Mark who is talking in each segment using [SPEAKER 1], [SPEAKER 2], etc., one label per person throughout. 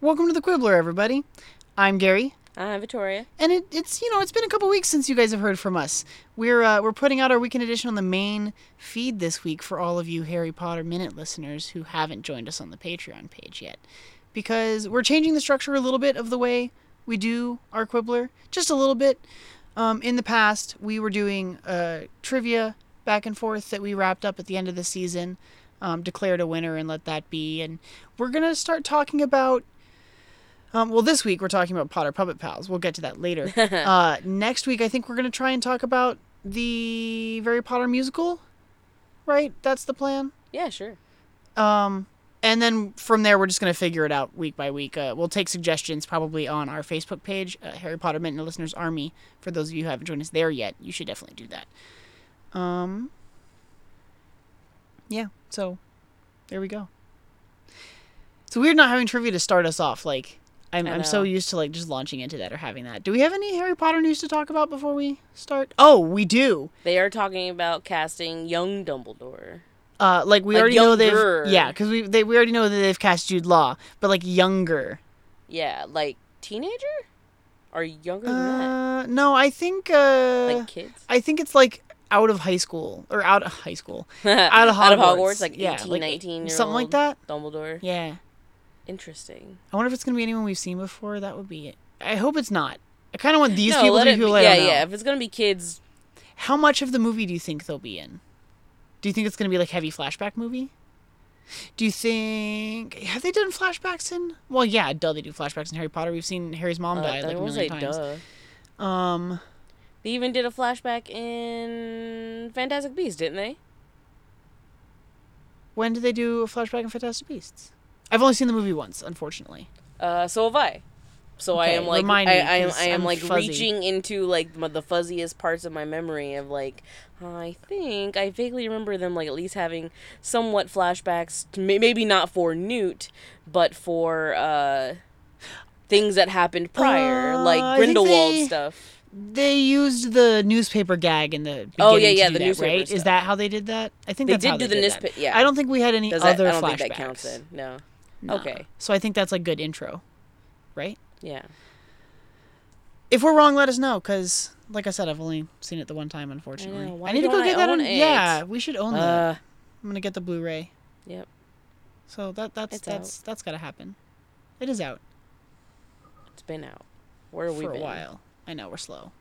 [SPEAKER 1] Welcome to the Quibbler, everybody. I'm Gary,
[SPEAKER 2] I'm Uh, Victoria.
[SPEAKER 1] and it, it's you know it's been a couple weeks since you guys have heard from us. We're uh, we're putting out our weekend edition on the main feed this week for all of you Harry Potter Minute listeners who haven't joined us on the Patreon page yet, because we're changing the structure a little bit of the way we do our Quibbler, just a little bit. Um, in the past, we were doing uh, trivia back and forth that we wrapped up at the end of the season, um, declared a winner, and let that be. And we're gonna start talking about. Um, well, this week we're talking about Potter Puppet Pals. We'll get to that later. uh, next week, I think we're gonna try and talk about the Harry Potter musical, right? That's the plan.
[SPEAKER 2] Yeah, sure.
[SPEAKER 1] Um, and then from there, we're just going to figure it out week by week. Uh, we'll take suggestions probably on our Facebook page, uh, Harry Potter Minute Listeners Army. For those of you who haven't joined us there yet, you should definitely do that. Um, yeah, so there we go. It's weird not having trivia to start us off. Like, I'm,
[SPEAKER 2] I
[SPEAKER 1] I'm so
[SPEAKER 2] know.
[SPEAKER 1] used to like just launching into that or having that. Do we have any Harry Potter news to talk about before we start? Oh, we do.
[SPEAKER 2] They are talking about casting young Dumbledore.
[SPEAKER 1] Uh, like we
[SPEAKER 2] Like
[SPEAKER 1] already know
[SPEAKER 2] younger.
[SPEAKER 1] they've yeah, because we they, we already know that they've cast Jude Law, but like younger.
[SPEAKER 2] Yeah, like teenager or younger than that,
[SPEAKER 1] Uh, no, I think uh,
[SPEAKER 2] like kids.
[SPEAKER 1] I think it's like out of high school or out of high school,
[SPEAKER 2] Out
[SPEAKER 1] out of Hogwarts,
[SPEAKER 2] like
[SPEAKER 1] yeah,
[SPEAKER 2] 18,
[SPEAKER 1] like,
[SPEAKER 2] 19 year
[SPEAKER 1] something like
[SPEAKER 2] old
[SPEAKER 1] that.
[SPEAKER 2] Dumbledore.
[SPEAKER 1] Yeah,
[SPEAKER 2] Interesting.
[SPEAKER 1] I wonder if it's gonna be anyone we've seen before. That would be it. I hope it's not. I kind of want these
[SPEAKER 2] no,
[SPEAKER 1] people
[SPEAKER 2] let
[SPEAKER 1] to be
[SPEAKER 2] it
[SPEAKER 1] people
[SPEAKER 2] be,
[SPEAKER 1] I
[SPEAKER 2] yeah,
[SPEAKER 1] don't know.
[SPEAKER 2] yeah. If it's gonna be kids,
[SPEAKER 1] How much of the movie do you think they'll be in? Do you think it's gonna be like heavy flashback movie? Do you think have they done flashbacks in? Well, yeah, duh, they do flashbacks in Harry Potter. We've seen Harry's mom
[SPEAKER 2] uh,
[SPEAKER 1] die
[SPEAKER 2] I
[SPEAKER 1] like a
[SPEAKER 2] won't
[SPEAKER 1] million
[SPEAKER 2] say
[SPEAKER 1] times.
[SPEAKER 2] duh.
[SPEAKER 1] Um,
[SPEAKER 2] They even did a flashback in Fantastic Beasts, didn't they?
[SPEAKER 1] when did they do a flashback in Fantastic Beasts? I've only seen the movie once, unfortunately.
[SPEAKER 2] Uh, so have I. So I
[SPEAKER 1] Okay,
[SPEAKER 2] am like
[SPEAKER 1] remind
[SPEAKER 2] I,
[SPEAKER 1] me,
[SPEAKER 2] I am
[SPEAKER 1] 'cause
[SPEAKER 2] I am
[SPEAKER 1] I'm
[SPEAKER 2] like
[SPEAKER 1] fuzzy.
[SPEAKER 2] reaching into like my, the fuzziest parts of my memory of like I think I vaguely remember them like at least having somewhat flashbacks to, may- maybe not for Newt but for uh things that happened prior
[SPEAKER 1] Uh, I
[SPEAKER 2] like
[SPEAKER 1] think
[SPEAKER 2] Grindelwald
[SPEAKER 1] they-
[SPEAKER 2] stuff.
[SPEAKER 1] They used the newspaper gag in the beginning
[SPEAKER 2] Oh, yeah, yeah,
[SPEAKER 1] to do
[SPEAKER 2] the
[SPEAKER 1] that,
[SPEAKER 2] newspaper
[SPEAKER 1] right? Is
[SPEAKER 2] stuff.
[SPEAKER 1] that how they did that? I think
[SPEAKER 2] They
[SPEAKER 1] that's
[SPEAKER 2] did
[SPEAKER 1] how
[SPEAKER 2] do
[SPEAKER 1] they
[SPEAKER 2] the
[SPEAKER 1] did that.
[SPEAKER 2] newspa- yeah.
[SPEAKER 1] I don't think we had any
[SPEAKER 2] Does that,
[SPEAKER 1] other
[SPEAKER 2] I don't
[SPEAKER 1] flashbacks.
[SPEAKER 2] think that counts then. No.
[SPEAKER 1] No.
[SPEAKER 2] Okay.
[SPEAKER 1] So I think that's a good intro, right?
[SPEAKER 2] Yeah.
[SPEAKER 1] If we're wrong, let us know because, like I said, I've only seen it the one time, unfortunately.
[SPEAKER 2] Why
[SPEAKER 1] need to go
[SPEAKER 2] don't I
[SPEAKER 1] get that.
[SPEAKER 2] own
[SPEAKER 1] on-
[SPEAKER 2] it?
[SPEAKER 1] Yeah, we should own that.
[SPEAKER 2] Uh
[SPEAKER 1] I'm gonna get the Blu-ray.
[SPEAKER 2] yep.
[SPEAKER 1] So that that's
[SPEAKER 2] It's
[SPEAKER 1] that's that's gotta happen. It is out.
[SPEAKER 2] It's been out. Where have we
[SPEAKER 1] for
[SPEAKER 2] been?
[SPEAKER 1] a while. I know we're slow.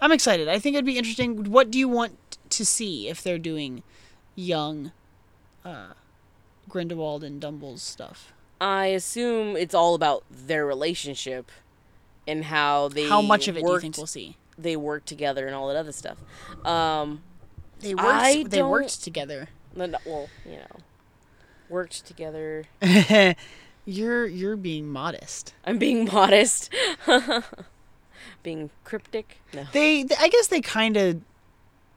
[SPEAKER 1] I'm excited. I think it'd be interesting. What do you want to see if they're doing young uh, Grindelwald and Dumble's stuff?
[SPEAKER 2] I assume it's all about their relationship and how they
[SPEAKER 1] How much of it do you
[SPEAKER 2] worked,
[SPEAKER 1] think we'll see?
[SPEAKER 2] they work together and all that other stuff. Um,
[SPEAKER 1] They
[SPEAKER 2] worked-
[SPEAKER 1] worked. They
[SPEAKER 2] don't-
[SPEAKER 1] worked together.
[SPEAKER 2] no, no, well, you know, worked together.
[SPEAKER 1] you're you're being modest.
[SPEAKER 2] I'm being modest, being cryptic. No,
[SPEAKER 1] They, th- I guess they kind of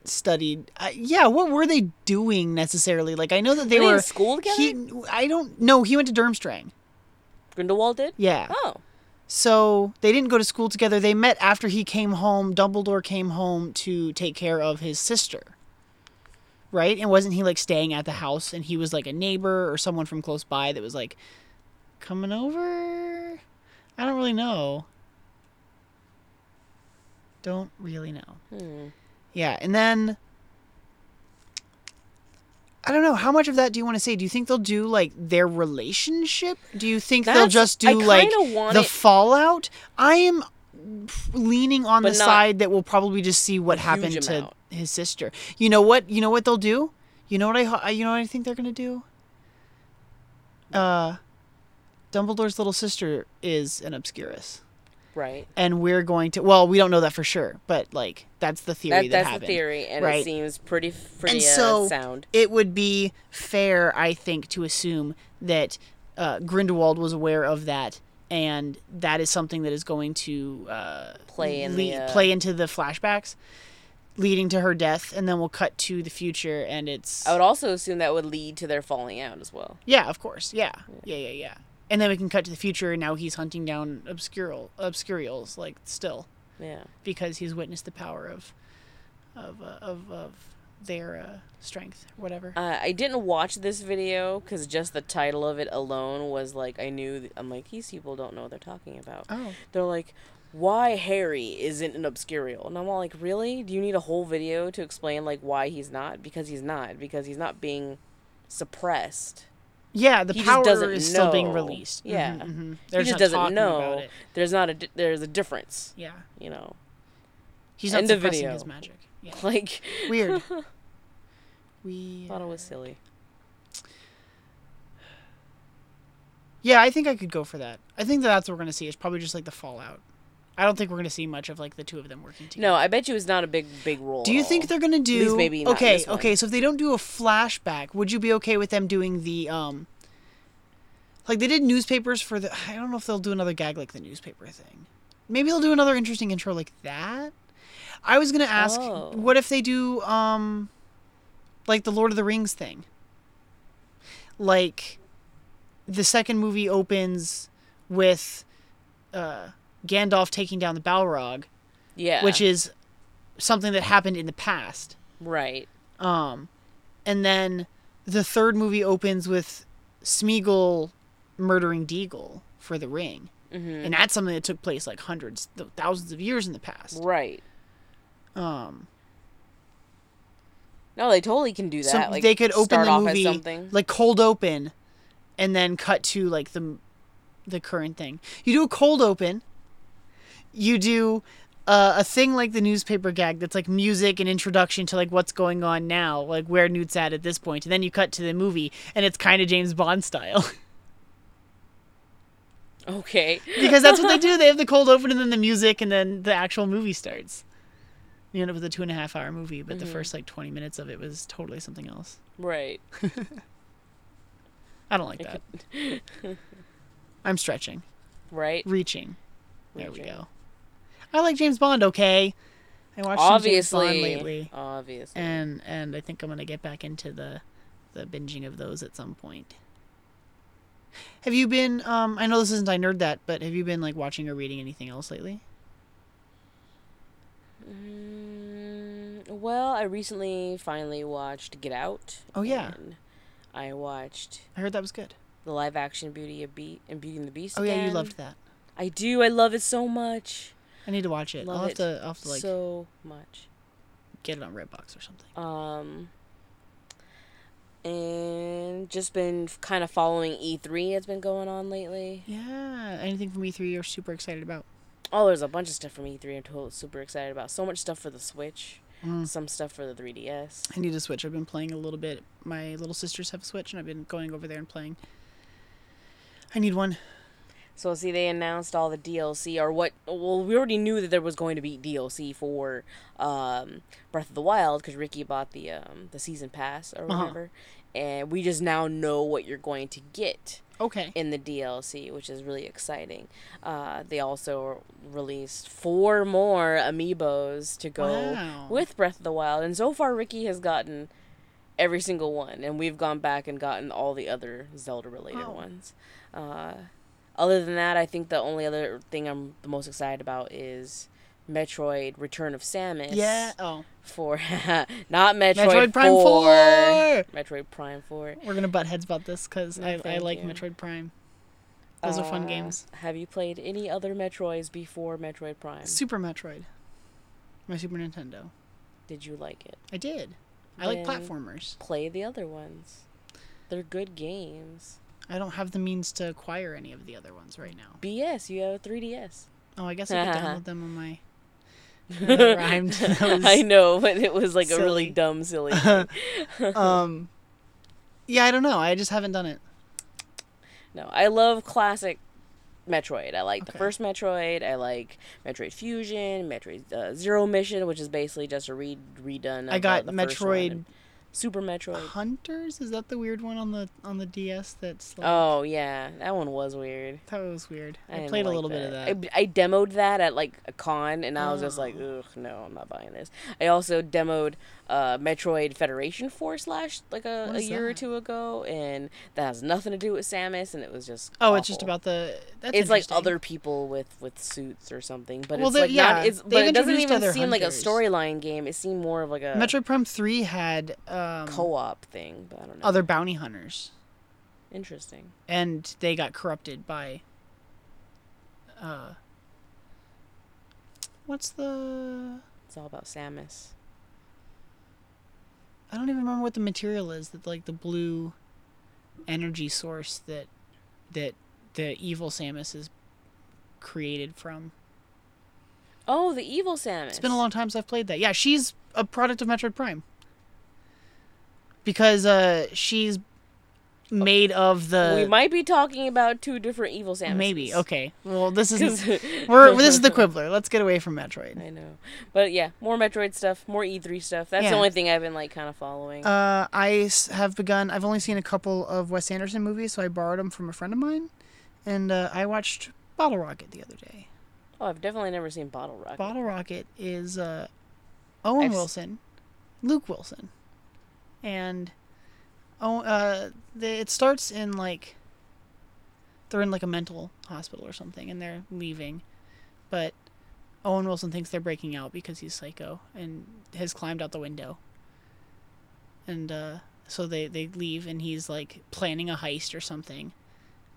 [SPEAKER 1] studied. Uh, yeah, what were they doing necessarily? Like I know that they
[SPEAKER 2] Were they in
[SPEAKER 1] were
[SPEAKER 2] school together?
[SPEAKER 1] He, I don't. No, he went to Durmstrang.
[SPEAKER 2] Grindelwald did.
[SPEAKER 1] Yeah.
[SPEAKER 2] Oh,
[SPEAKER 1] So they didn't go to school together. They met after he came home. Dumbledore came home to take care of his sister. Right? And wasn't he like staying at the house and he was like a neighbor or someone from close by that was like coming over? I don't really know. Don't really know.
[SPEAKER 2] hmm.
[SPEAKER 1] Yeah, and then I don't know how much of that do you want to say? Do you think they'll do like their relationship? Do you think they'll
[SPEAKER 2] That's-
[SPEAKER 1] just
[SPEAKER 2] I
[SPEAKER 1] do like
[SPEAKER 2] kinda want
[SPEAKER 1] the
[SPEAKER 2] it-
[SPEAKER 1] fallout? I am leaning on
[SPEAKER 2] But
[SPEAKER 1] the
[SPEAKER 2] not
[SPEAKER 1] side that we'll probably just see what
[SPEAKER 2] a huge
[SPEAKER 1] happened to
[SPEAKER 2] amount.
[SPEAKER 1] his sister. You know what? You know what they'll do? You know what I ho- I- you know what I think they're going to do? Uh Dumbledore's little sister is an obscurus
[SPEAKER 2] right.
[SPEAKER 1] and we're going to well, we don't know that for sure, but like that's the theory
[SPEAKER 2] That,
[SPEAKER 1] that,
[SPEAKER 2] that's
[SPEAKER 1] happened
[SPEAKER 2] the theory, and
[SPEAKER 1] Right.
[SPEAKER 2] it seems pretty pretty
[SPEAKER 1] and
[SPEAKER 2] uh,
[SPEAKER 1] so
[SPEAKER 2] sound.
[SPEAKER 1] it would be fair, I think, to assume that uh, Grindelwald was aware of that, and that is something that is going to uh,
[SPEAKER 2] Play in the, uh,
[SPEAKER 1] play into the flashbacks, leading to her death, and then we'll cut to the future, and it's
[SPEAKER 2] I would also assume that would lead to their falling out as well.
[SPEAKER 1] yeah, of course, yeah, yeah, yeah, yeah, and then we can cut to the future, and now he's hunting down obscurial obscurials like still
[SPEAKER 2] Yeah.
[SPEAKER 1] because he's witnessed the power of of uh, of, of their uh, strength, or whatever.
[SPEAKER 2] Uh, I didn't watch this video because just the title of it alone was like I knew. Th- I'm like these people don't know what they're talking about.
[SPEAKER 1] Oh,
[SPEAKER 2] They're like, why Harry isn't an obscurial, and I'm all like, really? Do you need a whole video to explain like why he's not? Because he's not. Because he's not being suppressed.
[SPEAKER 1] yeah. The
[SPEAKER 2] He just
[SPEAKER 1] power
[SPEAKER 2] doesn't
[SPEAKER 1] is still being
[SPEAKER 2] know.
[SPEAKER 1] released.
[SPEAKER 2] Yeah.
[SPEAKER 1] Mhm, mhm.
[SPEAKER 2] He
[SPEAKER 1] They're
[SPEAKER 2] just
[SPEAKER 1] not
[SPEAKER 2] doesn't
[SPEAKER 1] talking
[SPEAKER 2] know.
[SPEAKER 1] about it.
[SPEAKER 2] There's not a di- there's a difference.
[SPEAKER 1] Yeah,
[SPEAKER 2] You know,
[SPEAKER 1] he's not
[SPEAKER 2] End of
[SPEAKER 1] suppressing
[SPEAKER 2] video.
[SPEAKER 1] his magic. Yeah.
[SPEAKER 2] like
[SPEAKER 1] Weird. uh,
[SPEAKER 2] thought it was
[SPEAKER 1] Weird.
[SPEAKER 2] silly.
[SPEAKER 1] Yeah, I think I could go for that. I think that that's what we're gonna see. It's probably just like the fallout. I don't think we're gonna see much of like the two of them working together.
[SPEAKER 2] No, I bet you it's not a big big role.
[SPEAKER 1] Do you
[SPEAKER 2] at
[SPEAKER 1] think
[SPEAKER 2] all.
[SPEAKER 1] they're gonna do?
[SPEAKER 2] least maybe not in
[SPEAKER 1] okay,
[SPEAKER 2] this one.
[SPEAKER 1] okay. So if they don't do a flashback, would you be okay with them doing the um? Like they did newspapers for the. I don't know if they'll do another gag like the newspaper thing. Maybe they'll do another interesting intro like that. I was gonna ask,
[SPEAKER 2] Oh.
[SPEAKER 1] what if they do um, like the Lord of the Rings thing? Like, the second movie opens with uh, Gandalf taking down the Balrog,
[SPEAKER 2] Yeah.
[SPEAKER 1] which is something that happened in the past.
[SPEAKER 2] right.
[SPEAKER 1] Um, and then the third movie opens with Smeagol murdering Deagle for the ring.
[SPEAKER 2] hmm
[SPEAKER 1] And that's something that took place like hundreds, th- thousands of years in the past.
[SPEAKER 2] Right.
[SPEAKER 1] Um,
[SPEAKER 2] No, they totally can do that.
[SPEAKER 1] some,
[SPEAKER 2] like
[SPEAKER 1] they could open
[SPEAKER 2] start
[SPEAKER 1] the
[SPEAKER 2] off
[SPEAKER 1] movie
[SPEAKER 2] as something.
[SPEAKER 1] like cold open, and then cut to like the the current thing. You do a cold open. You do uh, a thing like the newspaper gag that's like music and introduction to like what's going on now, like where Newt's at at this point, and then you cut to the movie, and it's kind of James Bond style.
[SPEAKER 2] okay.
[SPEAKER 1] because that's what they do. They have the cold open and then the music, and then the actual movie starts. You end up with a two and a half hour movie, but
[SPEAKER 2] Mm-hmm.
[SPEAKER 1] the first like twenty minutes of it was totally something else.
[SPEAKER 2] Right.
[SPEAKER 1] I don't like that. I'm stretching,
[SPEAKER 2] Right.
[SPEAKER 1] reaching. There we
[SPEAKER 2] Reaching.
[SPEAKER 1] go. I like James Bond. Okay, I watched Obviously.
[SPEAKER 2] Obviously.
[SPEAKER 1] James Bond lately,
[SPEAKER 2] Obviously.
[SPEAKER 1] and and I think I'm gonna get back into the the binging of those at some point. Have you been? Um, I know this isn't I nerd that, but have you been like watching or reading anything else lately?
[SPEAKER 2] Mm, well, I recently finally watched Get Out.
[SPEAKER 1] Oh, yeah.
[SPEAKER 2] and I watched
[SPEAKER 1] I heard that was good.
[SPEAKER 2] the live action Beauty of Beat and Beauty and the Beast.
[SPEAKER 1] Oh yeah, you
[SPEAKER 2] again.
[SPEAKER 1] loved that.
[SPEAKER 2] I do. I love it so much.
[SPEAKER 1] I need to watch it. I'll
[SPEAKER 2] Love
[SPEAKER 1] have
[SPEAKER 2] it
[SPEAKER 1] to, I'll have to like
[SPEAKER 2] so much.
[SPEAKER 1] get it on Redbox or something.
[SPEAKER 2] Um. And just been kind of following E3 that's been going on lately.
[SPEAKER 1] Yeah. Anything from E3 you're super excited about?
[SPEAKER 2] Oh, there's a bunch of stuff from E3 I'm totally super excited about. So much stuff for the Switch,
[SPEAKER 1] Mm.
[SPEAKER 2] some stuff for the 3DS.
[SPEAKER 1] I need a Switch. I've been playing a little bit. My little sisters have a Switch, and I've been going over there and playing. I need one.
[SPEAKER 2] So, see, they announced all the DLC, or what? Well, we already knew that there was going to be DLC for um, Breath of the Wild because Ricky bought the um, the season pass or
[SPEAKER 1] Uh-huh.
[SPEAKER 2] whatever, and we just now know what you're going to get.
[SPEAKER 1] Okay.
[SPEAKER 2] in the DLC, which is really exciting. Uh, they also released four more amiibos to go
[SPEAKER 1] Wow.
[SPEAKER 2] with Breath of the Wild, and so far Ricky has gotten every single one, and we've gone back and gotten all the other Zelda-related
[SPEAKER 1] Oh.
[SPEAKER 2] ones. Uh, other than that, I think the only other thing I'm the most excited about is Metroid: Return of Samus.
[SPEAKER 1] Yeah. Oh,
[SPEAKER 2] For not Metroid,
[SPEAKER 1] Metroid Prime 4.
[SPEAKER 2] Metroid Prime Four.
[SPEAKER 1] we're gonna butt heads about this because
[SPEAKER 2] No,
[SPEAKER 1] I, I
[SPEAKER 2] thank
[SPEAKER 1] like
[SPEAKER 2] you.
[SPEAKER 1] Metroid Prime. Those are fun
[SPEAKER 2] Uh,
[SPEAKER 1] games.
[SPEAKER 2] Have you played any other Metroids before Metroid Prime?
[SPEAKER 1] Super Metroid, my Super Nintendo.
[SPEAKER 2] Did you like it?
[SPEAKER 1] I did. I like
[SPEAKER 2] Yay.
[SPEAKER 1] platformers.
[SPEAKER 2] Play the other ones. They're good games.
[SPEAKER 1] I don't have the means to acquire any of the other ones right now.
[SPEAKER 2] BS, you have a 3DS.
[SPEAKER 1] Oh, I guess I could download them on my. That rhymed. That was-
[SPEAKER 2] I know, but it was like a really
[SPEAKER 1] silly.
[SPEAKER 2] dumb, silly.
[SPEAKER 1] um yeah i don't know i just haven't done it
[SPEAKER 2] no, I love classic Metroid. I like
[SPEAKER 1] Okay.
[SPEAKER 2] the first Metroid. I like Metroid Fusion, Metroid uh, Zero Mission, which is basically just a re- redone.
[SPEAKER 1] i
[SPEAKER 2] of, uh,
[SPEAKER 1] got
[SPEAKER 2] the first one
[SPEAKER 1] metroid
[SPEAKER 2] and Super Metroid.
[SPEAKER 1] Hunters is that the weird one on the on the DS? That's like,
[SPEAKER 2] Oh yeah, that one was weird.
[SPEAKER 1] that was weird. I,
[SPEAKER 2] didn't
[SPEAKER 1] played a
[SPEAKER 2] like uh,
[SPEAKER 1] little bit of that.
[SPEAKER 2] I, I demoed that at like a con, and I was just like,
[SPEAKER 1] Oh.
[SPEAKER 2] ugh, no, I'm not buying this. I also demoed uh, Metroid Federation Force last like a,
[SPEAKER 1] What
[SPEAKER 2] a
[SPEAKER 1] is
[SPEAKER 2] year or
[SPEAKER 1] that?
[SPEAKER 2] two ago, and that has nothing to do with Samus, and it was just
[SPEAKER 1] oh, it's just
[SPEAKER 2] awful.
[SPEAKER 1] about the. That's
[SPEAKER 2] it's like
[SPEAKER 1] interesting.
[SPEAKER 2] other people with with suits or something, but
[SPEAKER 1] Well,
[SPEAKER 2] it's
[SPEAKER 1] they-
[SPEAKER 2] like
[SPEAKER 1] yeah,
[SPEAKER 2] not. It's,
[SPEAKER 1] they've
[SPEAKER 2] but it doesn't
[SPEAKER 1] introduced
[SPEAKER 2] even
[SPEAKER 1] other
[SPEAKER 2] seem like a
[SPEAKER 1] hunters.
[SPEAKER 2] storyline game. It seemed more of like a
[SPEAKER 1] Metroid Prime Three had um,
[SPEAKER 2] co-op thing. But I don't know.
[SPEAKER 1] other bounty hunters,
[SPEAKER 2] Interesting.
[SPEAKER 1] and they got corrupted by. Uh, what's the?
[SPEAKER 2] It's all about Samus.
[SPEAKER 1] I don't even remember what the material is that like the blue energy source that that the evil Samus is created from.
[SPEAKER 2] Oh, the evil Samus.
[SPEAKER 1] It's been a long time since I've played that. Yeah, she's a product of Metroid Prime. Because uh she's made of
[SPEAKER 2] Oh. We
[SPEAKER 1] the
[SPEAKER 2] might be talking about two different evil Samuses.
[SPEAKER 1] uh, maybe. Okay. Well, this is
[SPEAKER 2] 'Cause-
[SPEAKER 1] we're this is the Quibbler. Let's get away from Metroid.
[SPEAKER 2] I know, but yeah, more Metroid stuff, more E3 stuff. That's
[SPEAKER 1] Yeah.
[SPEAKER 2] the only thing I've been like kind of following.
[SPEAKER 1] Uh, I s- have begun. I've only seen a couple of Wes Anderson movies, so I borrowed them from a friend of mine, and uh, I watched Bottle Rocket the other day.
[SPEAKER 2] oh, I've definitely never seen Bottle Rocket.
[SPEAKER 1] Bottle Rocket is uh, Owen
[SPEAKER 2] I've s-
[SPEAKER 1] Wilson, Luke Wilson, and oh, uh, the, it starts in like they're in like a mental hospital or something, and they're leaving, but Owen Wilson thinks they're breaking out because he's psycho and has climbed out the window, and uh, so they they leave, and he's like planning a heist or something.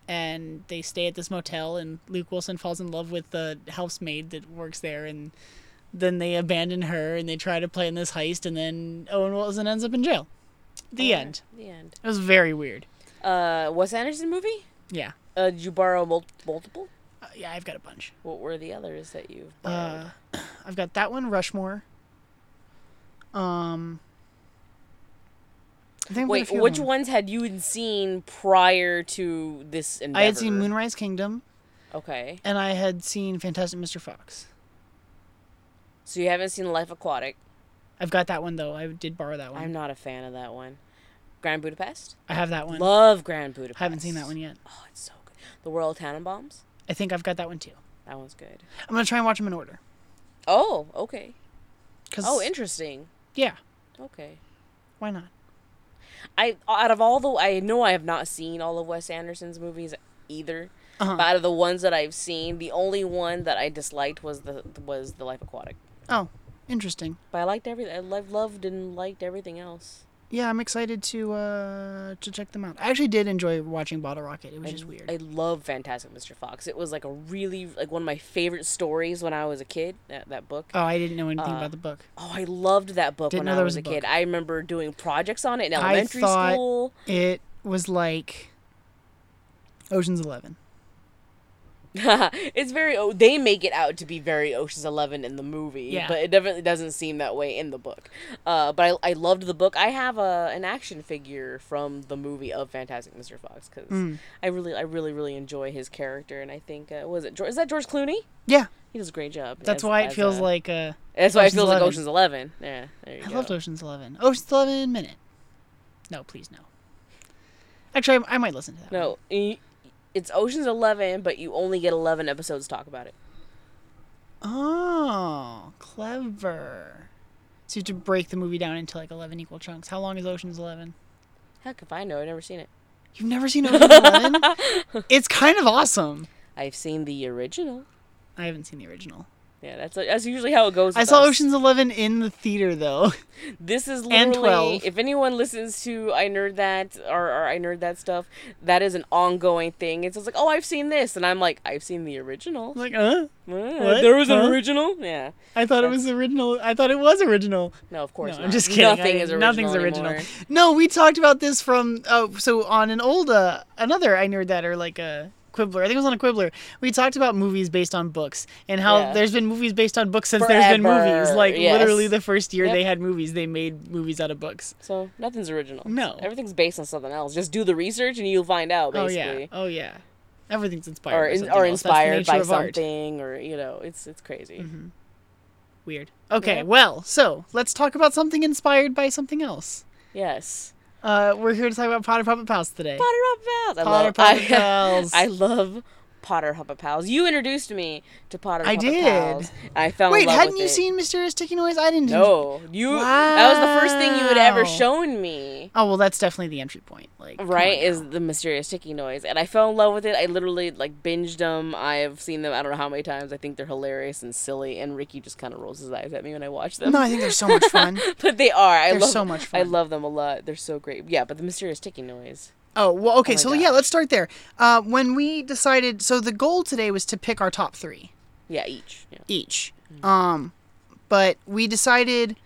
[SPEAKER 1] And they stay at this motel, and Luke Wilson falls in love with the housemaid that works there, and then they abandon her and they try to play in this heist and then Owen Wilson ends up in jail. The
[SPEAKER 2] Oh,
[SPEAKER 1] end.
[SPEAKER 2] The end.
[SPEAKER 1] It was very weird.
[SPEAKER 2] Uh, Wes Anderson movie?
[SPEAKER 1] Yeah.
[SPEAKER 2] Uh, did you borrow mul- multiple?
[SPEAKER 1] Uh, yeah, I've got a bunch.
[SPEAKER 2] What were the others that you borrowed?
[SPEAKER 1] Uh, I've got that one, Rushmore. Um I think I've got a
[SPEAKER 2] Wait,
[SPEAKER 1] few other
[SPEAKER 2] which
[SPEAKER 1] ones.
[SPEAKER 2] ones had you seen prior to this endeavor?
[SPEAKER 1] I had seen Moonrise Kingdom
[SPEAKER 2] Okay,
[SPEAKER 1] and I had seen Fantastic Mr. Fox.
[SPEAKER 2] so you haven't seen Life Aquatic.
[SPEAKER 1] I've got that one though. I did borrow that one.
[SPEAKER 2] I'm not a fan of that one. Grand Budapest.
[SPEAKER 1] I have that one.
[SPEAKER 2] Love Grand Budapest.
[SPEAKER 1] I haven't seen that one yet.
[SPEAKER 2] Oh, it's so good. The Royal Tannenbaums.
[SPEAKER 1] I think I've got that one too.
[SPEAKER 2] That one's good.
[SPEAKER 1] I'm going to try and watch them in order.
[SPEAKER 2] Oh, okay.
[SPEAKER 1] 'Cause-
[SPEAKER 2] Oh, interesting.
[SPEAKER 1] yeah.
[SPEAKER 2] Okay.
[SPEAKER 1] Why not?
[SPEAKER 2] I out of all the I know I have not seen all of Wes Anderson's movies either.
[SPEAKER 1] Uh-huh.
[SPEAKER 2] But out of the ones that I've seen, the only one that I disliked was the was the Life Aquatic.
[SPEAKER 1] Oh, interesting.
[SPEAKER 2] But I liked everything. I lo- loved and liked everything else.
[SPEAKER 1] Yeah, I'm excited to uh to check them out. I actually did enjoy watching Bottle Rocket. It was
[SPEAKER 2] I-
[SPEAKER 1] just weird.
[SPEAKER 2] I love Fantastic Mr. Fox. It was like a really like one of my favorite stories when I was a kid. That that book.
[SPEAKER 1] oh, I didn't know anything
[SPEAKER 2] uh,
[SPEAKER 1] about the book.
[SPEAKER 2] Oh, I loved that book
[SPEAKER 1] Didn't
[SPEAKER 2] when
[SPEAKER 1] know
[SPEAKER 2] I
[SPEAKER 1] there
[SPEAKER 2] was,
[SPEAKER 1] was
[SPEAKER 2] a
[SPEAKER 1] a
[SPEAKER 2] kid.
[SPEAKER 1] book.
[SPEAKER 2] I remember doing projects on it in
[SPEAKER 1] I
[SPEAKER 2] elementary
[SPEAKER 1] thought-
[SPEAKER 2] school.
[SPEAKER 1] It was like Ocean's Eleven.
[SPEAKER 2] it's very oh, they make it out to be very Ocean's Eleven in the movie,
[SPEAKER 1] Yeah.
[SPEAKER 2] but it definitely doesn't seem that way in the book. Uh, but I, I loved the book. I have a an action figure from the movie of Fantastic Mr. Fox because
[SPEAKER 1] Mm.
[SPEAKER 2] I really I really really enjoy his character, and I think uh, was it Geor- is that George Clooney?
[SPEAKER 1] Yeah,
[SPEAKER 2] He does a great job.
[SPEAKER 1] that's
[SPEAKER 2] as-
[SPEAKER 1] why it
[SPEAKER 2] as
[SPEAKER 1] feels
[SPEAKER 2] a-
[SPEAKER 1] like uh
[SPEAKER 2] that's why it
[SPEAKER 1] Ocean's
[SPEAKER 2] feels like
[SPEAKER 1] 11.
[SPEAKER 2] Ocean's Eleven. Yeah, there you
[SPEAKER 1] I
[SPEAKER 2] go.
[SPEAKER 1] loved Ocean's Eleven. Ocean's Eleven minute. No, please no. Actually, I, I might listen to that. one.
[SPEAKER 2] No, y- it's Ocean's Eleven, but you only get eleven episodes to talk about it.
[SPEAKER 1] Oh, clever. So you have to break the movie down into like eleven equal chunks. How long is Ocean's Eleven?
[SPEAKER 2] Heck if I know. I've never seen it.
[SPEAKER 1] You've never seen Ocean's Eleven? It's kind of awesome.
[SPEAKER 2] I've seen the original.
[SPEAKER 1] I haven't seen the original.
[SPEAKER 2] Yeah, that's that's usually how it goes.
[SPEAKER 1] I
[SPEAKER 2] with
[SPEAKER 1] saw
[SPEAKER 2] us.
[SPEAKER 1] Ocean's Eleven in the theater though.
[SPEAKER 2] This is
[SPEAKER 1] And
[SPEAKER 2] literally
[SPEAKER 1] 12.
[SPEAKER 2] if anyone listens to I nerd that or, or I nerd that stuff, that is an ongoing thing. It's just like, oh, I've seen this, and I'm like, I've seen the original.
[SPEAKER 1] like, huh?
[SPEAKER 2] Uh,
[SPEAKER 1] What?
[SPEAKER 2] There was
[SPEAKER 1] Huh?
[SPEAKER 2] an original. Yeah.
[SPEAKER 1] I thought it was original. I thought it was original.
[SPEAKER 2] No, of
[SPEAKER 1] No,
[SPEAKER 2] course.
[SPEAKER 1] I'm
[SPEAKER 2] not.
[SPEAKER 1] just kidding. I
[SPEAKER 2] Nothing is
[SPEAKER 1] didn't-
[SPEAKER 2] original.
[SPEAKER 1] Nothing's original.
[SPEAKER 2] anymore.
[SPEAKER 1] No, we talked about this from oh, so on an old uh, another I nerd that or like a Quibbler. I think it was on a Quibbler. We talked about movies based on books and how
[SPEAKER 2] Yeah.
[SPEAKER 1] there's been movies based on books since there's been movies.
[SPEAKER 2] Forever,
[SPEAKER 1] Like
[SPEAKER 2] yes.
[SPEAKER 1] literally the first year
[SPEAKER 2] Yep.
[SPEAKER 1] they had movies, they made movies out of books.
[SPEAKER 2] So nothing's original.
[SPEAKER 1] No.
[SPEAKER 2] Everything's based on something else. Just do the research, and you'll find out.
[SPEAKER 1] Oh yeah.
[SPEAKER 2] Basically.
[SPEAKER 1] Oh yeah. Everything's inspired.
[SPEAKER 2] Or
[SPEAKER 1] by
[SPEAKER 2] in,
[SPEAKER 1] something
[SPEAKER 2] or
[SPEAKER 1] else. That's the
[SPEAKER 2] inspired
[SPEAKER 1] nature
[SPEAKER 2] by
[SPEAKER 1] of art. Mm-hmm.
[SPEAKER 2] something, or you know, it's it's crazy.
[SPEAKER 1] Weird. Okay,
[SPEAKER 2] Yep.
[SPEAKER 1] well, so let's talk about something inspired by something else.
[SPEAKER 2] Yes.
[SPEAKER 1] Uh, we're here to talk about Potter Puppet Pals today.
[SPEAKER 2] Potter Puppet Pals. I
[SPEAKER 1] Potter
[SPEAKER 2] love,
[SPEAKER 1] Puppet
[SPEAKER 2] I,
[SPEAKER 1] Pals.
[SPEAKER 2] I love Potter Puppet Pals. You introduced me to Potter
[SPEAKER 1] I
[SPEAKER 2] Puppet
[SPEAKER 1] did.
[SPEAKER 2] Pals. I fell in
[SPEAKER 1] Wait,
[SPEAKER 2] love
[SPEAKER 1] hadn't
[SPEAKER 2] with
[SPEAKER 1] you
[SPEAKER 2] it.
[SPEAKER 1] seen Mysterious Sticky Noise? I didn't.
[SPEAKER 2] No, you. That was the first thing you had ever
[SPEAKER 1] Wow.
[SPEAKER 2] shown me.
[SPEAKER 1] Oh well, that's definitely the entry point. Like come
[SPEAKER 2] Right
[SPEAKER 1] on
[SPEAKER 2] is
[SPEAKER 1] now.
[SPEAKER 2] the mysterious ticky noise, and I fell in love with it. I literally like binged them. I've seen them. I don't know how many times. I think they're hilarious and silly. And Ricky just kind of rolls his eyes at me when I watch them.
[SPEAKER 1] no, I think they're so much fun.
[SPEAKER 2] but they are. I
[SPEAKER 1] They're
[SPEAKER 2] love.
[SPEAKER 1] so much
[SPEAKER 2] I
[SPEAKER 1] fun.
[SPEAKER 2] love them a lot. They're so great. Yeah, but the mysterious ticky noise.
[SPEAKER 1] Oh well, okay.
[SPEAKER 2] my
[SPEAKER 1] so
[SPEAKER 2] gosh.
[SPEAKER 1] yeah, let's start there. Uh, when we decided, so the goal today was to pick our top three
[SPEAKER 2] Yeah, each. Yeah.
[SPEAKER 1] each.
[SPEAKER 2] Mm-hmm.
[SPEAKER 1] Um, but we decided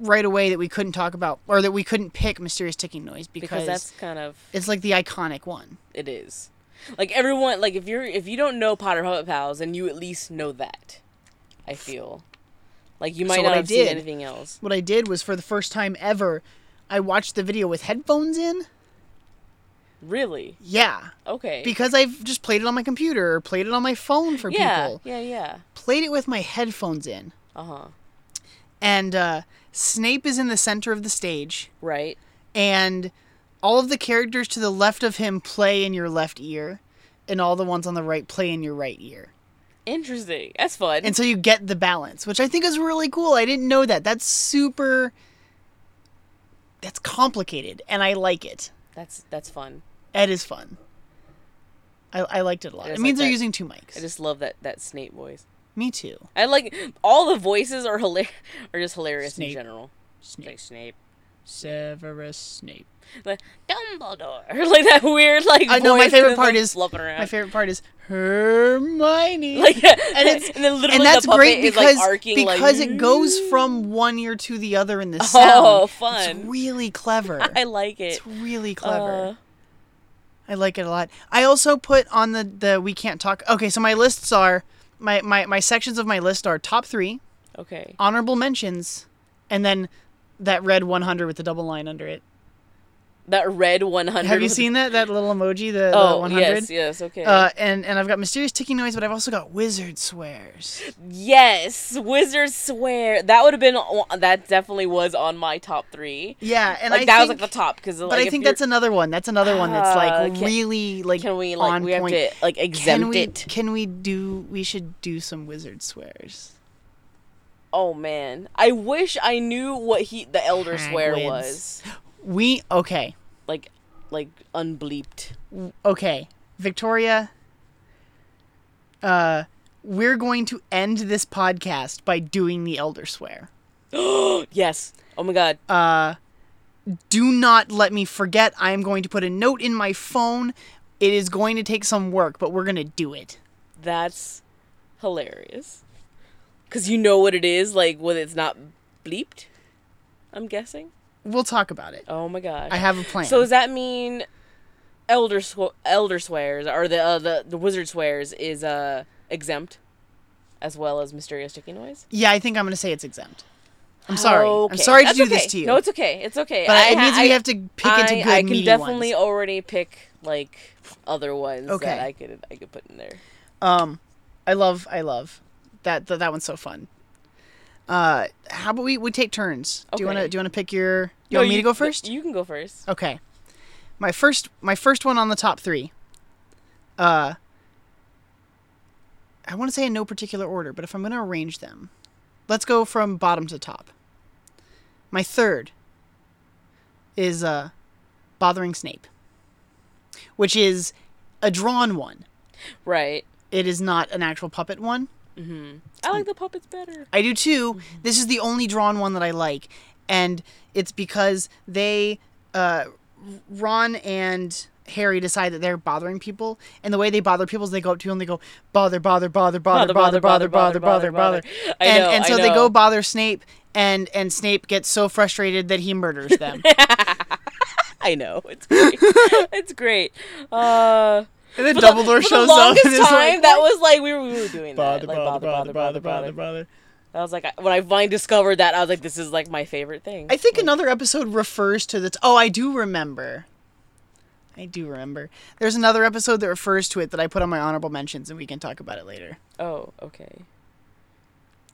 [SPEAKER 1] right away that we couldn't talk about or that we couldn't pick Mysterious Ticking Noise because,
[SPEAKER 2] Because that's kind of
[SPEAKER 1] it's like the iconic one.
[SPEAKER 2] it is. Like everyone, like if you're if you don't know Potter Puppet Pals, and you at least know that, I feel. Like you might
[SPEAKER 1] So what
[SPEAKER 2] not
[SPEAKER 1] I
[SPEAKER 2] have seen
[SPEAKER 1] did-
[SPEAKER 2] anything else.
[SPEAKER 1] What I did was for the first time ever, I watched the video with headphones in.
[SPEAKER 2] Really?
[SPEAKER 1] Yeah,
[SPEAKER 2] Okay.
[SPEAKER 1] because I've just played it on my computer or played it on my phone for
[SPEAKER 2] yeah,
[SPEAKER 1] people.
[SPEAKER 2] yeah, yeah.
[SPEAKER 1] Played it with my headphones in,
[SPEAKER 2] Uh huh.
[SPEAKER 1] and uh, Snape is in the center of the stage.
[SPEAKER 2] Right.
[SPEAKER 1] and all of the characters to the left of him play in your left ear and all the ones on the right play in your right ear
[SPEAKER 2] Interesting. That's fun.
[SPEAKER 1] and so you get the balance which i think is really cool i didn't know that that's super that's complicated and i like it
[SPEAKER 2] that's that's fun.
[SPEAKER 1] it is fun i, I liked it a lot
[SPEAKER 2] I
[SPEAKER 1] it
[SPEAKER 2] just
[SPEAKER 1] means
[SPEAKER 2] like
[SPEAKER 1] they're
[SPEAKER 2] that.
[SPEAKER 1] using two mics
[SPEAKER 2] I just love that that Snape voice.
[SPEAKER 1] me too
[SPEAKER 2] I like all the voices are hilarious. Are just hilarious in
[SPEAKER 1] Snape.
[SPEAKER 2] general. Like
[SPEAKER 1] snape
[SPEAKER 2] Snape.
[SPEAKER 1] severus snape
[SPEAKER 2] Like Dumbledore. Like that weird like.
[SPEAKER 1] i know my
[SPEAKER 2] voice
[SPEAKER 1] favorite
[SPEAKER 2] that's,
[SPEAKER 1] part
[SPEAKER 2] like,
[SPEAKER 1] is
[SPEAKER 2] flopping around.
[SPEAKER 1] my favorite part is hermione
[SPEAKER 2] like
[SPEAKER 1] and it's
[SPEAKER 2] and then literally
[SPEAKER 1] and that's
[SPEAKER 2] the puppet
[SPEAKER 1] great
[SPEAKER 2] is,
[SPEAKER 1] because
[SPEAKER 2] like arcing
[SPEAKER 1] because
[SPEAKER 2] like,
[SPEAKER 1] it goes from one ear to the other in the sound.
[SPEAKER 2] Oh,
[SPEAKER 1] It's
[SPEAKER 2] fun.
[SPEAKER 1] really clever.
[SPEAKER 2] I like it.
[SPEAKER 1] it's really clever.
[SPEAKER 2] Uh,
[SPEAKER 1] I like it a lot. I also put on the the we can't talk. Okay, so my lists are my my my sections of my list are top three
[SPEAKER 2] okay.
[SPEAKER 1] honorable mentions, and then that red 100 with the double line under it.
[SPEAKER 2] That red one hundred.
[SPEAKER 1] Have you seen that that little emoji the, the
[SPEAKER 2] Oh
[SPEAKER 1] 100?
[SPEAKER 2] yes, yes. Okay.
[SPEAKER 1] Uh, and and I've got mysterious ticking noise, but I've also got wizard swears.
[SPEAKER 2] Yes, Wizards swear that would have been that definitely was on my top three.
[SPEAKER 1] Yeah, and
[SPEAKER 2] like
[SPEAKER 1] I
[SPEAKER 2] that was
[SPEAKER 1] think-
[SPEAKER 2] like the top because
[SPEAKER 1] But I think that's another one. That's another one that's like
[SPEAKER 2] Ah, can-
[SPEAKER 1] really like
[SPEAKER 2] can we like
[SPEAKER 1] on
[SPEAKER 2] we have
[SPEAKER 1] point.
[SPEAKER 2] to like exempt
[SPEAKER 1] can we
[SPEAKER 2] it.
[SPEAKER 1] can we do we should do some wizard swears.
[SPEAKER 2] Oh man, I wish I knew what he the Elder Swear
[SPEAKER 1] Hagrid's.
[SPEAKER 2] was
[SPEAKER 1] We okay.
[SPEAKER 2] like like unbleeped.
[SPEAKER 1] Okay. Victoria uh we're going to end this podcast by doing the elder swear.
[SPEAKER 2] yes. Oh my god.
[SPEAKER 1] Do not let me forget. I am going to put a note in my phone. It is going to take some work, but we're going to do it.
[SPEAKER 2] that's hilarious. Cause you know what it is like when it's not bleeped. I'm guessing.
[SPEAKER 1] We'll talk about it.
[SPEAKER 2] Oh my gosh.
[SPEAKER 1] I have a plan.
[SPEAKER 2] So does that mean elder sw- elder swears or the uh, the the wizard swears is uh exempt as well as mysterious sticky noise?
[SPEAKER 1] yeah, I think I'm going to say it's exempt. I'm sorry.
[SPEAKER 2] Okay.
[SPEAKER 1] I'm sorry
[SPEAKER 2] That's
[SPEAKER 1] to do
[SPEAKER 2] okay.
[SPEAKER 1] this to you.
[SPEAKER 2] No, it's okay. It's okay.
[SPEAKER 1] But it
[SPEAKER 2] ha-
[SPEAKER 1] means we have to pick
[SPEAKER 2] I,
[SPEAKER 1] into good
[SPEAKER 2] I can
[SPEAKER 1] meaty
[SPEAKER 2] definitely
[SPEAKER 1] ones.
[SPEAKER 2] already pick like other ones
[SPEAKER 1] Okay.
[SPEAKER 2] that I could I could put in there.
[SPEAKER 1] Um, I love, I love that. That, that one's so fun. Uh, how about we we take turns? Do you wanna
[SPEAKER 2] Okay.
[SPEAKER 1] do you wanna pick your? You
[SPEAKER 2] No,
[SPEAKER 1] want me to go first?
[SPEAKER 2] You can go first.
[SPEAKER 1] Okay. My first my first one on the top three. Uh. I want to say in no particular order, but if I'm going to arrange them, let's go from bottom to top. My third is uh, bothering Snape, which is a drawn one.
[SPEAKER 2] Right.
[SPEAKER 1] It is not an actual puppet one.
[SPEAKER 2] I like the puppets better.
[SPEAKER 1] I do too.
[SPEAKER 2] Mm-hmm.
[SPEAKER 1] This is the only drawn one that I like, and it's because they, uh, Ron and Harry decide that they're bothering people, and the way they bother people is they go up to you and they go bother, bother, bother, bother, bother, bother, bother, bother, bother,
[SPEAKER 2] I
[SPEAKER 1] and
[SPEAKER 2] know,
[SPEAKER 1] and
[SPEAKER 2] I
[SPEAKER 1] so they
[SPEAKER 2] know.
[SPEAKER 1] go bother Snape, and and Snape gets so frustrated that he murders them.
[SPEAKER 2] I know. It's great. it's great. Uh
[SPEAKER 1] and then
[SPEAKER 2] for the- for the longest time, that was like we were, we were doing
[SPEAKER 1] bother,
[SPEAKER 2] that. Like,
[SPEAKER 1] bother, bother, bother, bother, bother.
[SPEAKER 2] I was like, I- when I finally discovered that, I was like, this is like my favorite thing.
[SPEAKER 1] I think another episode refers to the. T- oh, I do remember. I do remember. There's another episode that refers to it that I put on my honorable mentions, and we can talk about it later.
[SPEAKER 2] oh, okay.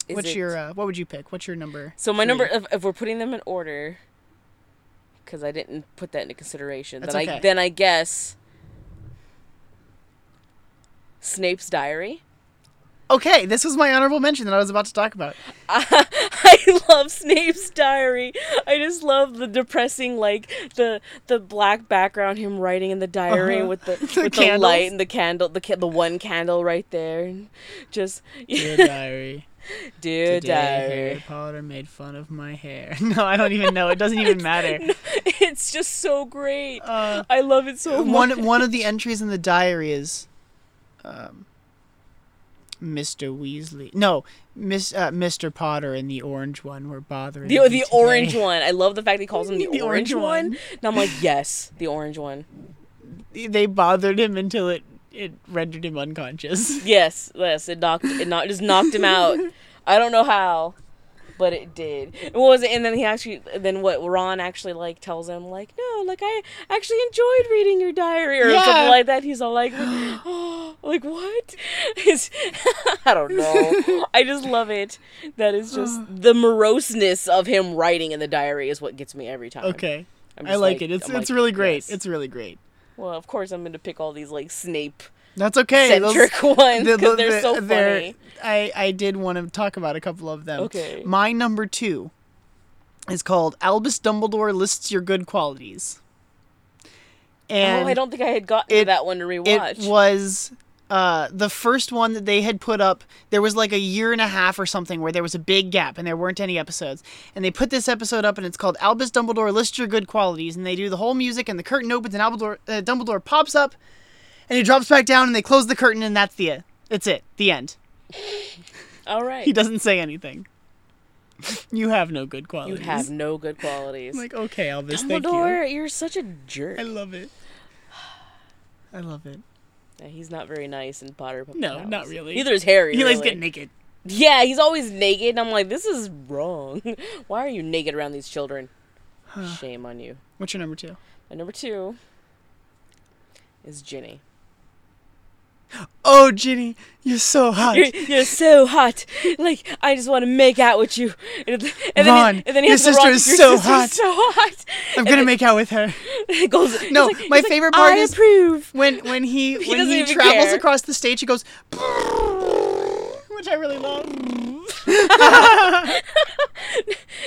[SPEAKER 2] Is
[SPEAKER 1] What's
[SPEAKER 2] it-
[SPEAKER 1] uh, your uh, What would you pick? What's your number?
[SPEAKER 2] so my
[SPEAKER 1] three?
[SPEAKER 2] number? If, if we're putting them in order, because I didn't put that into consideration.
[SPEAKER 1] That's
[SPEAKER 2] then I
[SPEAKER 1] okay.
[SPEAKER 2] then I guess Snape's diary.
[SPEAKER 1] Okay, this was my honorable mention that I was about to talk about.
[SPEAKER 2] I love Snape's diary. I just love the depressing, like the the black background, him writing in the diary
[SPEAKER 1] Uh-huh.
[SPEAKER 2] with the,
[SPEAKER 1] The
[SPEAKER 2] with the light
[SPEAKER 1] candles.
[SPEAKER 2] and the candle, the ca- the one candle right there, and just
[SPEAKER 1] Dear diary,
[SPEAKER 2] dear
[SPEAKER 1] today
[SPEAKER 2] diary.
[SPEAKER 1] Harry Potter made fun of my hair. No, I don't even know. It doesn't even matter.
[SPEAKER 2] It's just so great.
[SPEAKER 1] Uh,
[SPEAKER 2] I love it so much.
[SPEAKER 1] one one of the entries in the diary is, um, Mr. Weasley. No, Miss uh, Mr. Potter and the orange one were bothering.
[SPEAKER 2] The,
[SPEAKER 1] me
[SPEAKER 2] the
[SPEAKER 1] today.
[SPEAKER 2] orange one. I love the fact that he calls him the,
[SPEAKER 1] The orange
[SPEAKER 2] orange, one.
[SPEAKER 1] one.
[SPEAKER 2] And I'm like, yes, the orange one.
[SPEAKER 1] They bothered him until it it rendered him unconscious.
[SPEAKER 2] Yes, yes, it knocked it knocked just knocked him out. I don't know how, but it did. And what was it? And then he actually then what Ron actually like tells him like, "No, like I actually enjoyed reading your diary or something
[SPEAKER 1] Yeah.
[SPEAKER 2] like that." He's all like, "Oh, like what?" It's, I don't know. I just love it. That is just the moroseness of him writing in the diary is what gets me every time.
[SPEAKER 1] Okay,
[SPEAKER 2] I'm
[SPEAKER 1] I
[SPEAKER 2] just
[SPEAKER 1] like, it. It's
[SPEAKER 2] I'm
[SPEAKER 1] it's
[SPEAKER 2] like,
[SPEAKER 1] really great.
[SPEAKER 2] yes.
[SPEAKER 1] It's really great.
[SPEAKER 2] well, of course I'm going to pick all these like Snape
[SPEAKER 1] That's okay. Those-
[SPEAKER 2] centric ones
[SPEAKER 1] the- the-
[SPEAKER 2] because they're
[SPEAKER 1] the-
[SPEAKER 2] so funny.
[SPEAKER 1] they're- I, I did want to talk about a couple of them.
[SPEAKER 2] Okay.
[SPEAKER 1] My number two is called Albus Dumbledore Lists Your Good Qualities. And
[SPEAKER 2] oh, I don't think I had gotten to
[SPEAKER 1] it-
[SPEAKER 2] that one to rewatch.
[SPEAKER 1] it was uh, the first one that they had put up. There was like a year and a half or something where there was a big gap and there weren't any episodes. And they put this episode up and it's called Albus Dumbledore List Your Good Qualities. And they do the whole music and the curtain opens and Albador, uh, Dumbledore pops up and he drops back down and they close the curtain and that's the that's it. The end.
[SPEAKER 2] All right.
[SPEAKER 1] He doesn't say anything. You have no good
[SPEAKER 2] you
[SPEAKER 1] qualities.
[SPEAKER 2] have no good qualities.
[SPEAKER 1] I'm like, okay, Albus, thank you.
[SPEAKER 2] Dumbledore, you. are such a jerk.
[SPEAKER 1] I love it. I love it.
[SPEAKER 2] Yeah, he's not very nice in Potter. Puppet
[SPEAKER 1] No,
[SPEAKER 2] House.
[SPEAKER 1] not really.
[SPEAKER 2] Neither is Harry.
[SPEAKER 1] He likes
[SPEAKER 2] really.
[SPEAKER 1] get naked.
[SPEAKER 2] Yeah, he's always naked. And I'm like, this is wrong. Why are you naked around these children? Shame on you.
[SPEAKER 1] What's your number two?
[SPEAKER 2] And number two is Ginny.
[SPEAKER 1] Oh, Ginny, you're so hot.
[SPEAKER 2] You're, you're so hot. Like I just want to make out with you. And, then- and
[SPEAKER 1] Ron,
[SPEAKER 2] then, and then he
[SPEAKER 1] your
[SPEAKER 2] has to
[SPEAKER 1] sister
[SPEAKER 2] Ron,
[SPEAKER 1] is
[SPEAKER 2] your
[SPEAKER 1] so
[SPEAKER 2] sister
[SPEAKER 1] hot.
[SPEAKER 2] Is so hot.
[SPEAKER 1] I'm gonna make out with her.
[SPEAKER 2] It goes. he's
[SPEAKER 1] No,
[SPEAKER 2] like-
[SPEAKER 1] my
[SPEAKER 2] he's like,
[SPEAKER 1] favorite part
[SPEAKER 2] I
[SPEAKER 1] is-
[SPEAKER 2] approve.
[SPEAKER 1] When when he, when
[SPEAKER 2] doesn't
[SPEAKER 1] he
[SPEAKER 2] even
[SPEAKER 1] travels
[SPEAKER 2] care.
[SPEAKER 1] across the stage, he goes, which I really love.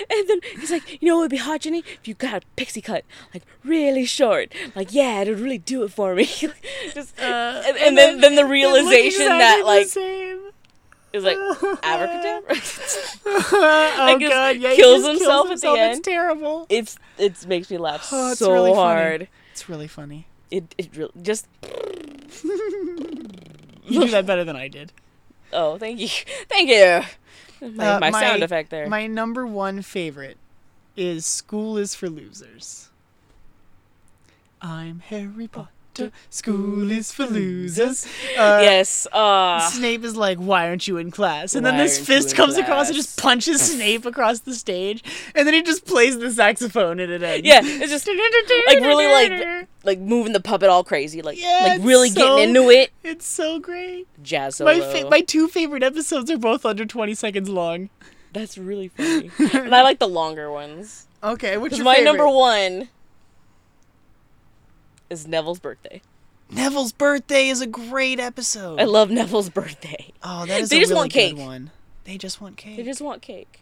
[SPEAKER 2] And then he's like, you know what would be hot, Jenny? If you got a pixie cut, like really short. Like, yeah, it'd really do it for me. Just,
[SPEAKER 1] Uh,
[SPEAKER 2] and, and then, then the
[SPEAKER 1] They look
[SPEAKER 2] realization
[SPEAKER 1] exactly
[SPEAKER 2] that,
[SPEAKER 1] the
[SPEAKER 2] like,
[SPEAKER 1] same.
[SPEAKER 2] is like, abracadabra.
[SPEAKER 1] oh
[SPEAKER 2] it's-
[SPEAKER 1] god, yeah, he
[SPEAKER 2] kills
[SPEAKER 1] just
[SPEAKER 2] himself at the
[SPEAKER 1] It's
[SPEAKER 2] end.
[SPEAKER 1] terrible.
[SPEAKER 2] it's, it makes me laugh
[SPEAKER 1] Oh, it's
[SPEAKER 2] so
[SPEAKER 1] really funny.
[SPEAKER 2] hard.
[SPEAKER 1] It's really funny.
[SPEAKER 2] It, it really, just,
[SPEAKER 1] You do that better than I did.
[SPEAKER 2] oh, thank you. Thank you. My,
[SPEAKER 1] Uh,
[SPEAKER 2] my,
[SPEAKER 1] my-
[SPEAKER 2] sound effect there.
[SPEAKER 1] My number one favorite is School is for Losers. I'm Harry Potter. School is for losers. Uh,
[SPEAKER 2] yes. Uh,
[SPEAKER 1] Snape is like, "Why aren't you in class?" And
[SPEAKER 2] Why
[SPEAKER 1] then this
[SPEAKER 2] aren't you
[SPEAKER 1] fist
[SPEAKER 2] in
[SPEAKER 1] comes across and
[SPEAKER 2] class?
[SPEAKER 1] just punches Snape across the stage, and then he just plays the saxophone and it ends.
[SPEAKER 2] yeah, it's just like really like like moving the puppet all crazy, like
[SPEAKER 1] Yeah,
[SPEAKER 2] like
[SPEAKER 1] it's
[SPEAKER 2] really
[SPEAKER 1] so-
[SPEAKER 2] getting into it.
[SPEAKER 1] It's so great.
[SPEAKER 2] Jazz solo.
[SPEAKER 1] My fa- my two favorite episodes are both under twenty seconds long.
[SPEAKER 2] That's really funny. and I like the longer ones.
[SPEAKER 1] Okay, which
[SPEAKER 2] 'Cause
[SPEAKER 1] is
[SPEAKER 2] my number one is Neville's birthday.
[SPEAKER 1] Neville's birthday is a great episode.
[SPEAKER 2] I love Neville's birthday.
[SPEAKER 1] Oh, that is
[SPEAKER 2] They
[SPEAKER 1] a
[SPEAKER 2] just
[SPEAKER 1] really
[SPEAKER 2] want
[SPEAKER 1] good
[SPEAKER 2] cake.
[SPEAKER 1] one. They just want cake.
[SPEAKER 2] They just want cake.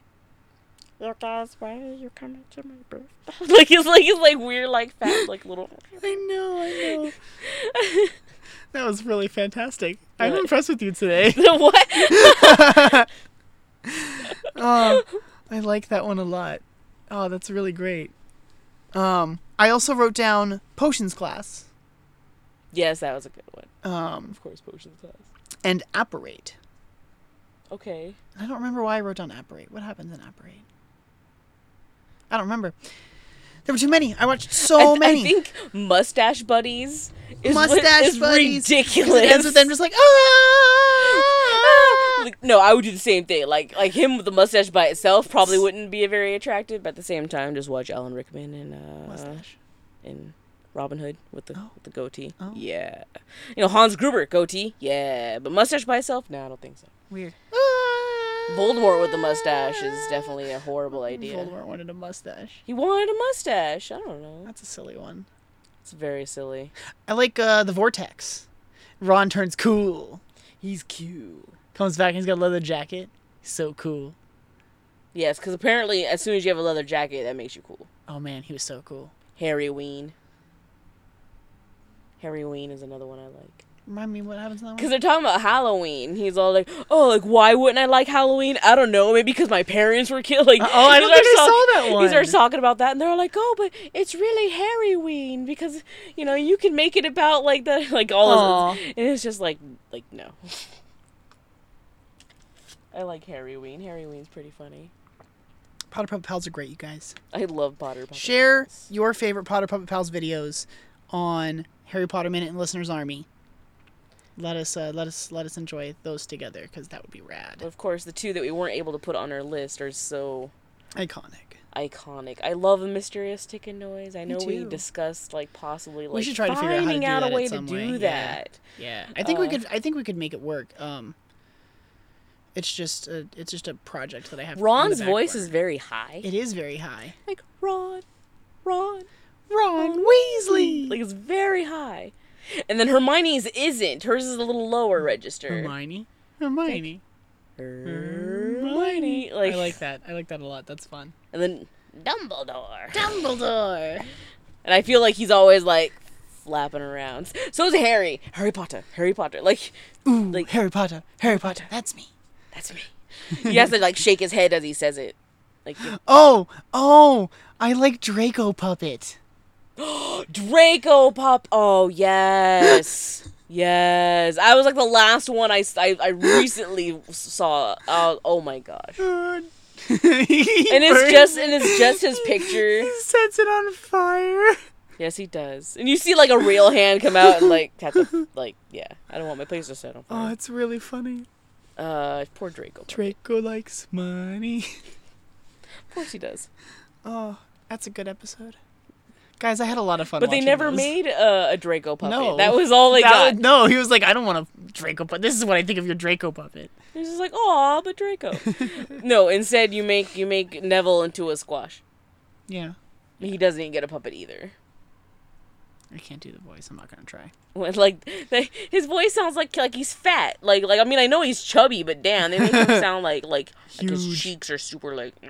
[SPEAKER 2] Look guys, why are you coming to my birthday? like it's like it's like weird, like fat, like little.
[SPEAKER 1] I know, I know. that was really fantastic. I'm
[SPEAKER 2] What?
[SPEAKER 1] impressed with you today.
[SPEAKER 2] what?
[SPEAKER 1] oh, I like that one a lot. Oh, that's really great. Um, I also wrote down potions class
[SPEAKER 2] yes, that was a good one.
[SPEAKER 1] um,
[SPEAKER 2] Of course, potions class.
[SPEAKER 1] and apparate.
[SPEAKER 2] Okay.
[SPEAKER 1] I don't remember why I wrote down apparate. What happens in apparate? I don't remember. There were too many. I watched so
[SPEAKER 2] I th-
[SPEAKER 1] many.
[SPEAKER 2] I think mustache buddies is, what-
[SPEAKER 1] Mustache
[SPEAKER 2] is
[SPEAKER 1] buddies. 'Cause
[SPEAKER 2] ridiculous.
[SPEAKER 1] It ends with them just like ah.
[SPEAKER 2] like, no, I would do the same thing. Like like him with the mustache by itself probably wouldn't be very attractive, but at the same time, just watch Alan Rickman and uh
[SPEAKER 1] Mustache.
[SPEAKER 2] and Robin Hood with the with the goatee.
[SPEAKER 1] Oh.
[SPEAKER 2] Yeah, you know Hans Gruber goatee. Yeah, but mustache by itself? No, I don't think so.
[SPEAKER 1] Weird.
[SPEAKER 2] Ah! Voldemort with the mustache is definitely a horrible idea.
[SPEAKER 1] Mm, Voldemort wanted a mustache.
[SPEAKER 2] He wanted a mustache. I don't know.
[SPEAKER 1] That's a silly one.
[SPEAKER 2] It's very silly.
[SPEAKER 1] I like uh, the vortex. Ron turns cool.
[SPEAKER 2] He's cute.
[SPEAKER 1] Comes back and he's got a leather jacket. So cool.
[SPEAKER 2] Yes, because apparently, as soon as you have a leather jacket, that makes you cool.
[SPEAKER 1] Oh man, he was so cool.
[SPEAKER 2] Harry Ween. Harry Ween is another one I like.
[SPEAKER 1] Remind me what happens in that
[SPEAKER 2] Because
[SPEAKER 1] one.
[SPEAKER 2] they're talking about Halloween. He's all like, oh, like, why wouldn't I like Halloween? I don't know. Maybe because my parents were killed. Like,
[SPEAKER 1] Uh, oh, I
[SPEAKER 2] he
[SPEAKER 1] don't think
[SPEAKER 2] starts
[SPEAKER 1] I saw that
[SPEAKER 2] He
[SPEAKER 1] one.
[SPEAKER 2] starts talking about that, and they're like, oh, but it's really Harryween because, you know, you can make it about, like, the, like, all of
[SPEAKER 1] Aw.
[SPEAKER 2] it. And it's just like, like, no. I like Harryween. Harryween's pretty funny.
[SPEAKER 1] Potter Puppet Pals are great, you guys.
[SPEAKER 2] I love Potter Puppet
[SPEAKER 1] Share
[SPEAKER 2] Pals.
[SPEAKER 1] your favorite Potter Puppet Pals videos on Harry Potter Minute and Listeners Army. Let us uh, let us let us enjoy those together because that would be rad.
[SPEAKER 2] Of course, the two that we weren't able to put on our list are so
[SPEAKER 1] Iconic.
[SPEAKER 2] iconic. I love a mysterious ticking noise. I know we
[SPEAKER 1] too.
[SPEAKER 2] discussed like possibly like
[SPEAKER 1] should try to figure out how to
[SPEAKER 2] finding
[SPEAKER 1] do
[SPEAKER 2] out
[SPEAKER 1] that
[SPEAKER 2] a
[SPEAKER 1] at
[SPEAKER 2] way to
[SPEAKER 1] some
[SPEAKER 2] do
[SPEAKER 1] way, yeah.
[SPEAKER 2] that.
[SPEAKER 1] Yeah, I think we
[SPEAKER 2] Uh,
[SPEAKER 1] could. I think we could make it work. Um, it's just a, it's just a project that I have. on the
[SPEAKER 2] Ron's
[SPEAKER 1] back
[SPEAKER 2] voice
[SPEAKER 1] burner.
[SPEAKER 2] is very high.
[SPEAKER 1] It is very high.
[SPEAKER 2] like Ron, Ron,
[SPEAKER 1] Ron Weasley.
[SPEAKER 2] like it's very high. And then Hermione's isn't. Hers is a little lower register.
[SPEAKER 1] Hermione. Hermione.
[SPEAKER 2] Hermione. Like,
[SPEAKER 1] I like that. I like that a lot. That's fun.
[SPEAKER 2] And then Dumbledore.
[SPEAKER 1] Dumbledore.
[SPEAKER 2] And I feel like he's always like flapping around. So is Harry. Harry Potter. Harry Potter. Like
[SPEAKER 1] Ooh,
[SPEAKER 2] Like-
[SPEAKER 1] Harry Potter. Harry Potter. That's me.
[SPEAKER 2] that's me. he has to like shake his head as he says it. Like
[SPEAKER 1] Oh, oh, I like Draco Puppet.
[SPEAKER 2] Draco Pop. Oh yes, yes. I was like the last one I s- I, I recently saw. Oh, oh my gosh.
[SPEAKER 1] and
[SPEAKER 2] And
[SPEAKER 1] it's
[SPEAKER 2] it's just and it's just his picture.
[SPEAKER 1] sets it on fire.
[SPEAKER 2] Yes, he does. And you see like a real hand come out and like have to like yeah. I don't want my place to set on
[SPEAKER 1] Oh,
[SPEAKER 2] fire.
[SPEAKER 1] it's really funny.
[SPEAKER 2] Uh, poor Draco. Pop.
[SPEAKER 1] Draco likes money.
[SPEAKER 2] Of course he does.
[SPEAKER 1] Oh, that's a good episode. Guys, I had a lot of fun.
[SPEAKER 2] But they
[SPEAKER 1] watching
[SPEAKER 2] never
[SPEAKER 1] those.
[SPEAKER 2] made uh, a Draco puppet.
[SPEAKER 1] No.
[SPEAKER 2] That was all they
[SPEAKER 1] That
[SPEAKER 2] got.
[SPEAKER 1] was- no, he was like, I don't want a Draco puppet. This is what I think of your Draco puppet.
[SPEAKER 2] It was just like, "Aw, but Draco." no, instead you make you make Neville into a squash.
[SPEAKER 1] Yeah.
[SPEAKER 2] He doesn't even get a puppet either.
[SPEAKER 1] I can't do the voice. I'm not gonna try.
[SPEAKER 2] When, like the, his voice sounds like like he's fat. Like like I mean I know he's chubby, but damn, they make him sound like like, like his
[SPEAKER 1] Huge.
[SPEAKER 2] cheeks are super like. mm.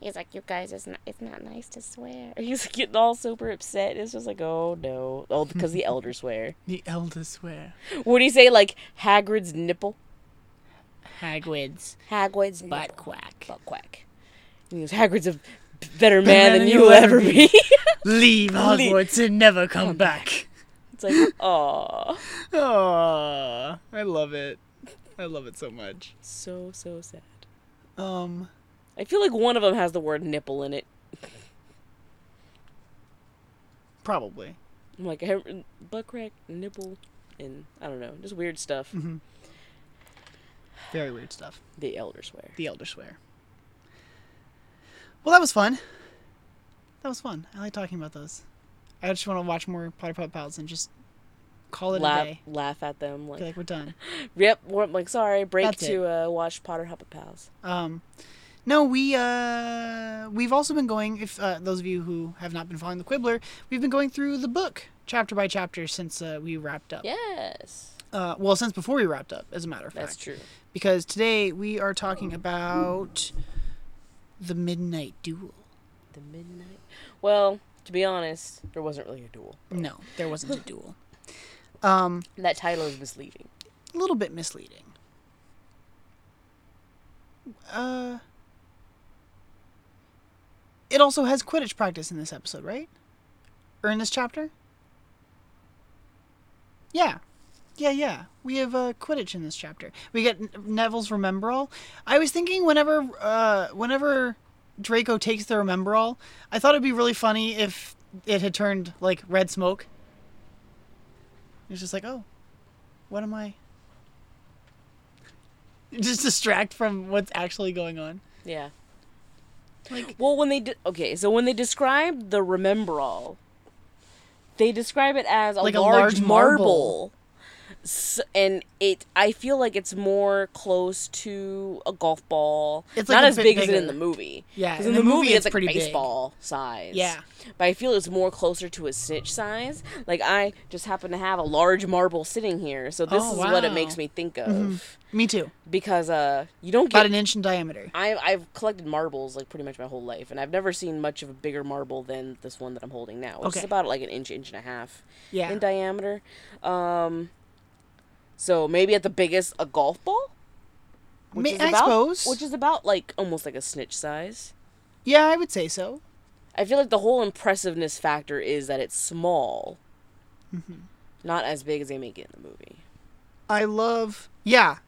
[SPEAKER 3] He's like, you guys, it's not, it's not nice to swear.
[SPEAKER 2] He's getting all super upset. It's just like oh no, oh because the elder swear.
[SPEAKER 1] The Elder Swear.
[SPEAKER 2] What do you say like Hagrid's nipple?
[SPEAKER 1] Hagrid's
[SPEAKER 2] Hagrid's
[SPEAKER 1] butt
[SPEAKER 2] nipple.
[SPEAKER 1] quack.
[SPEAKER 2] Butt quack. And he goes, Hagrid's a better man than you'll ever be.
[SPEAKER 1] Leave Hogwarts and never come back.
[SPEAKER 2] it's like oh,
[SPEAKER 1] Aww, I love it. I love it so much.
[SPEAKER 2] so so sad.
[SPEAKER 1] Um,
[SPEAKER 2] I feel like one of them has the word nipple in it.
[SPEAKER 1] probably.
[SPEAKER 2] I'm like every- butt crack, nipple, and I don't know, just weird stuff.
[SPEAKER 1] Mm-hmm. Very weird stuff.
[SPEAKER 2] The elder swear.
[SPEAKER 1] The Elder Swear. Well, that was fun. That was fun. I like talking about those. I just want to watch more Potter Pop Pals and just call it a
[SPEAKER 2] Laugh,
[SPEAKER 1] day.
[SPEAKER 2] laugh at them
[SPEAKER 1] Be
[SPEAKER 2] like,
[SPEAKER 1] like, we're done.
[SPEAKER 2] yep. We're, like sorry, break
[SPEAKER 1] That's
[SPEAKER 2] to uh, watch Potter Hop Pals.
[SPEAKER 1] Um, no, we uh, we've also been going. If uh, those of you who have not been following the Quibbler, we've been going through the book chapter by chapter since uh, we wrapped up.
[SPEAKER 2] Yes,
[SPEAKER 1] Uh, well, since before we wrapped up, as a matter of fact.
[SPEAKER 2] that's true.
[SPEAKER 1] Because today we are talking about the Midnight Duel.
[SPEAKER 2] The midnight. Well, to be honest, there wasn't really a duel.
[SPEAKER 1] No, there wasn't a duel. Um,
[SPEAKER 2] That title is misleading.
[SPEAKER 1] A little bit misleading. Uh, it also has Quidditch practice in this episode, right? Or in this chapter? Yeah. Yeah, yeah. We have uh, Quidditch in this chapter. We get N- Neville's Remember All. I was thinking whenever, uh, whenever Draco takes the Remember All, I thought it'd be really funny if it had turned like red smoke. It's just like, oh, what am I? Just distract from what's actually going on.
[SPEAKER 2] Yeah.
[SPEAKER 1] Like-
[SPEAKER 2] well, when they de- okay, so when they describe the remember all, they describe it as a
[SPEAKER 1] Like a
[SPEAKER 2] large,
[SPEAKER 1] large
[SPEAKER 2] marble.
[SPEAKER 1] marble.
[SPEAKER 2] S and it, I feel like it's more close to a golf ball.
[SPEAKER 1] It's
[SPEAKER 2] It's
[SPEAKER 1] like
[SPEAKER 2] not
[SPEAKER 1] a
[SPEAKER 2] as
[SPEAKER 1] bit
[SPEAKER 2] big as it
[SPEAKER 1] bigger.
[SPEAKER 2] in the movie.
[SPEAKER 1] Yeah,
[SPEAKER 2] 'Cause in, the, movie, it's like
[SPEAKER 1] pretty big.
[SPEAKER 2] baseball size.
[SPEAKER 1] Yeah.
[SPEAKER 2] but I feel it's more closer to a snitch size. Like I just happen to have a large marble sitting here, so this
[SPEAKER 1] Oh,
[SPEAKER 2] is what it
[SPEAKER 1] wow. Mm-hmm.
[SPEAKER 2] makes me think of
[SPEAKER 1] Me too.
[SPEAKER 2] because uh, you don't
[SPEAKER 1] About
[SPEAKER 2] get
[SPEAKER 1] an inch in diameter.
[SPEAKER 2] I, I've collected marbles like pretty much my whole life, and I've never seen much of a bigger marble than this one that I'm holding now, which
[SPEAKER 1] Okay.
[SPEAKER 2] is about like an inch, inch and a half
[SPEAKER 1] Yeah.
[SPEAKER 2] in diameter. Um, so maybe at the biggest, a golf ball,
[SPEAKER 1] Ma- I
[SPEAKER 2] about,
[SPEAKER 1] suppose.
[SPEAKER 2] which is about like almost like a snitch size.
[SPEAKER 1] yeah, I would say so.
[SPEAKER 2] I feel like the whole impressiveness factor is that it's small,
[SPEAKER 1] Mm-hmm.
[SPEAKER 2] not as big as they make it in the movie.
[SPEAKER 1] I love yeah.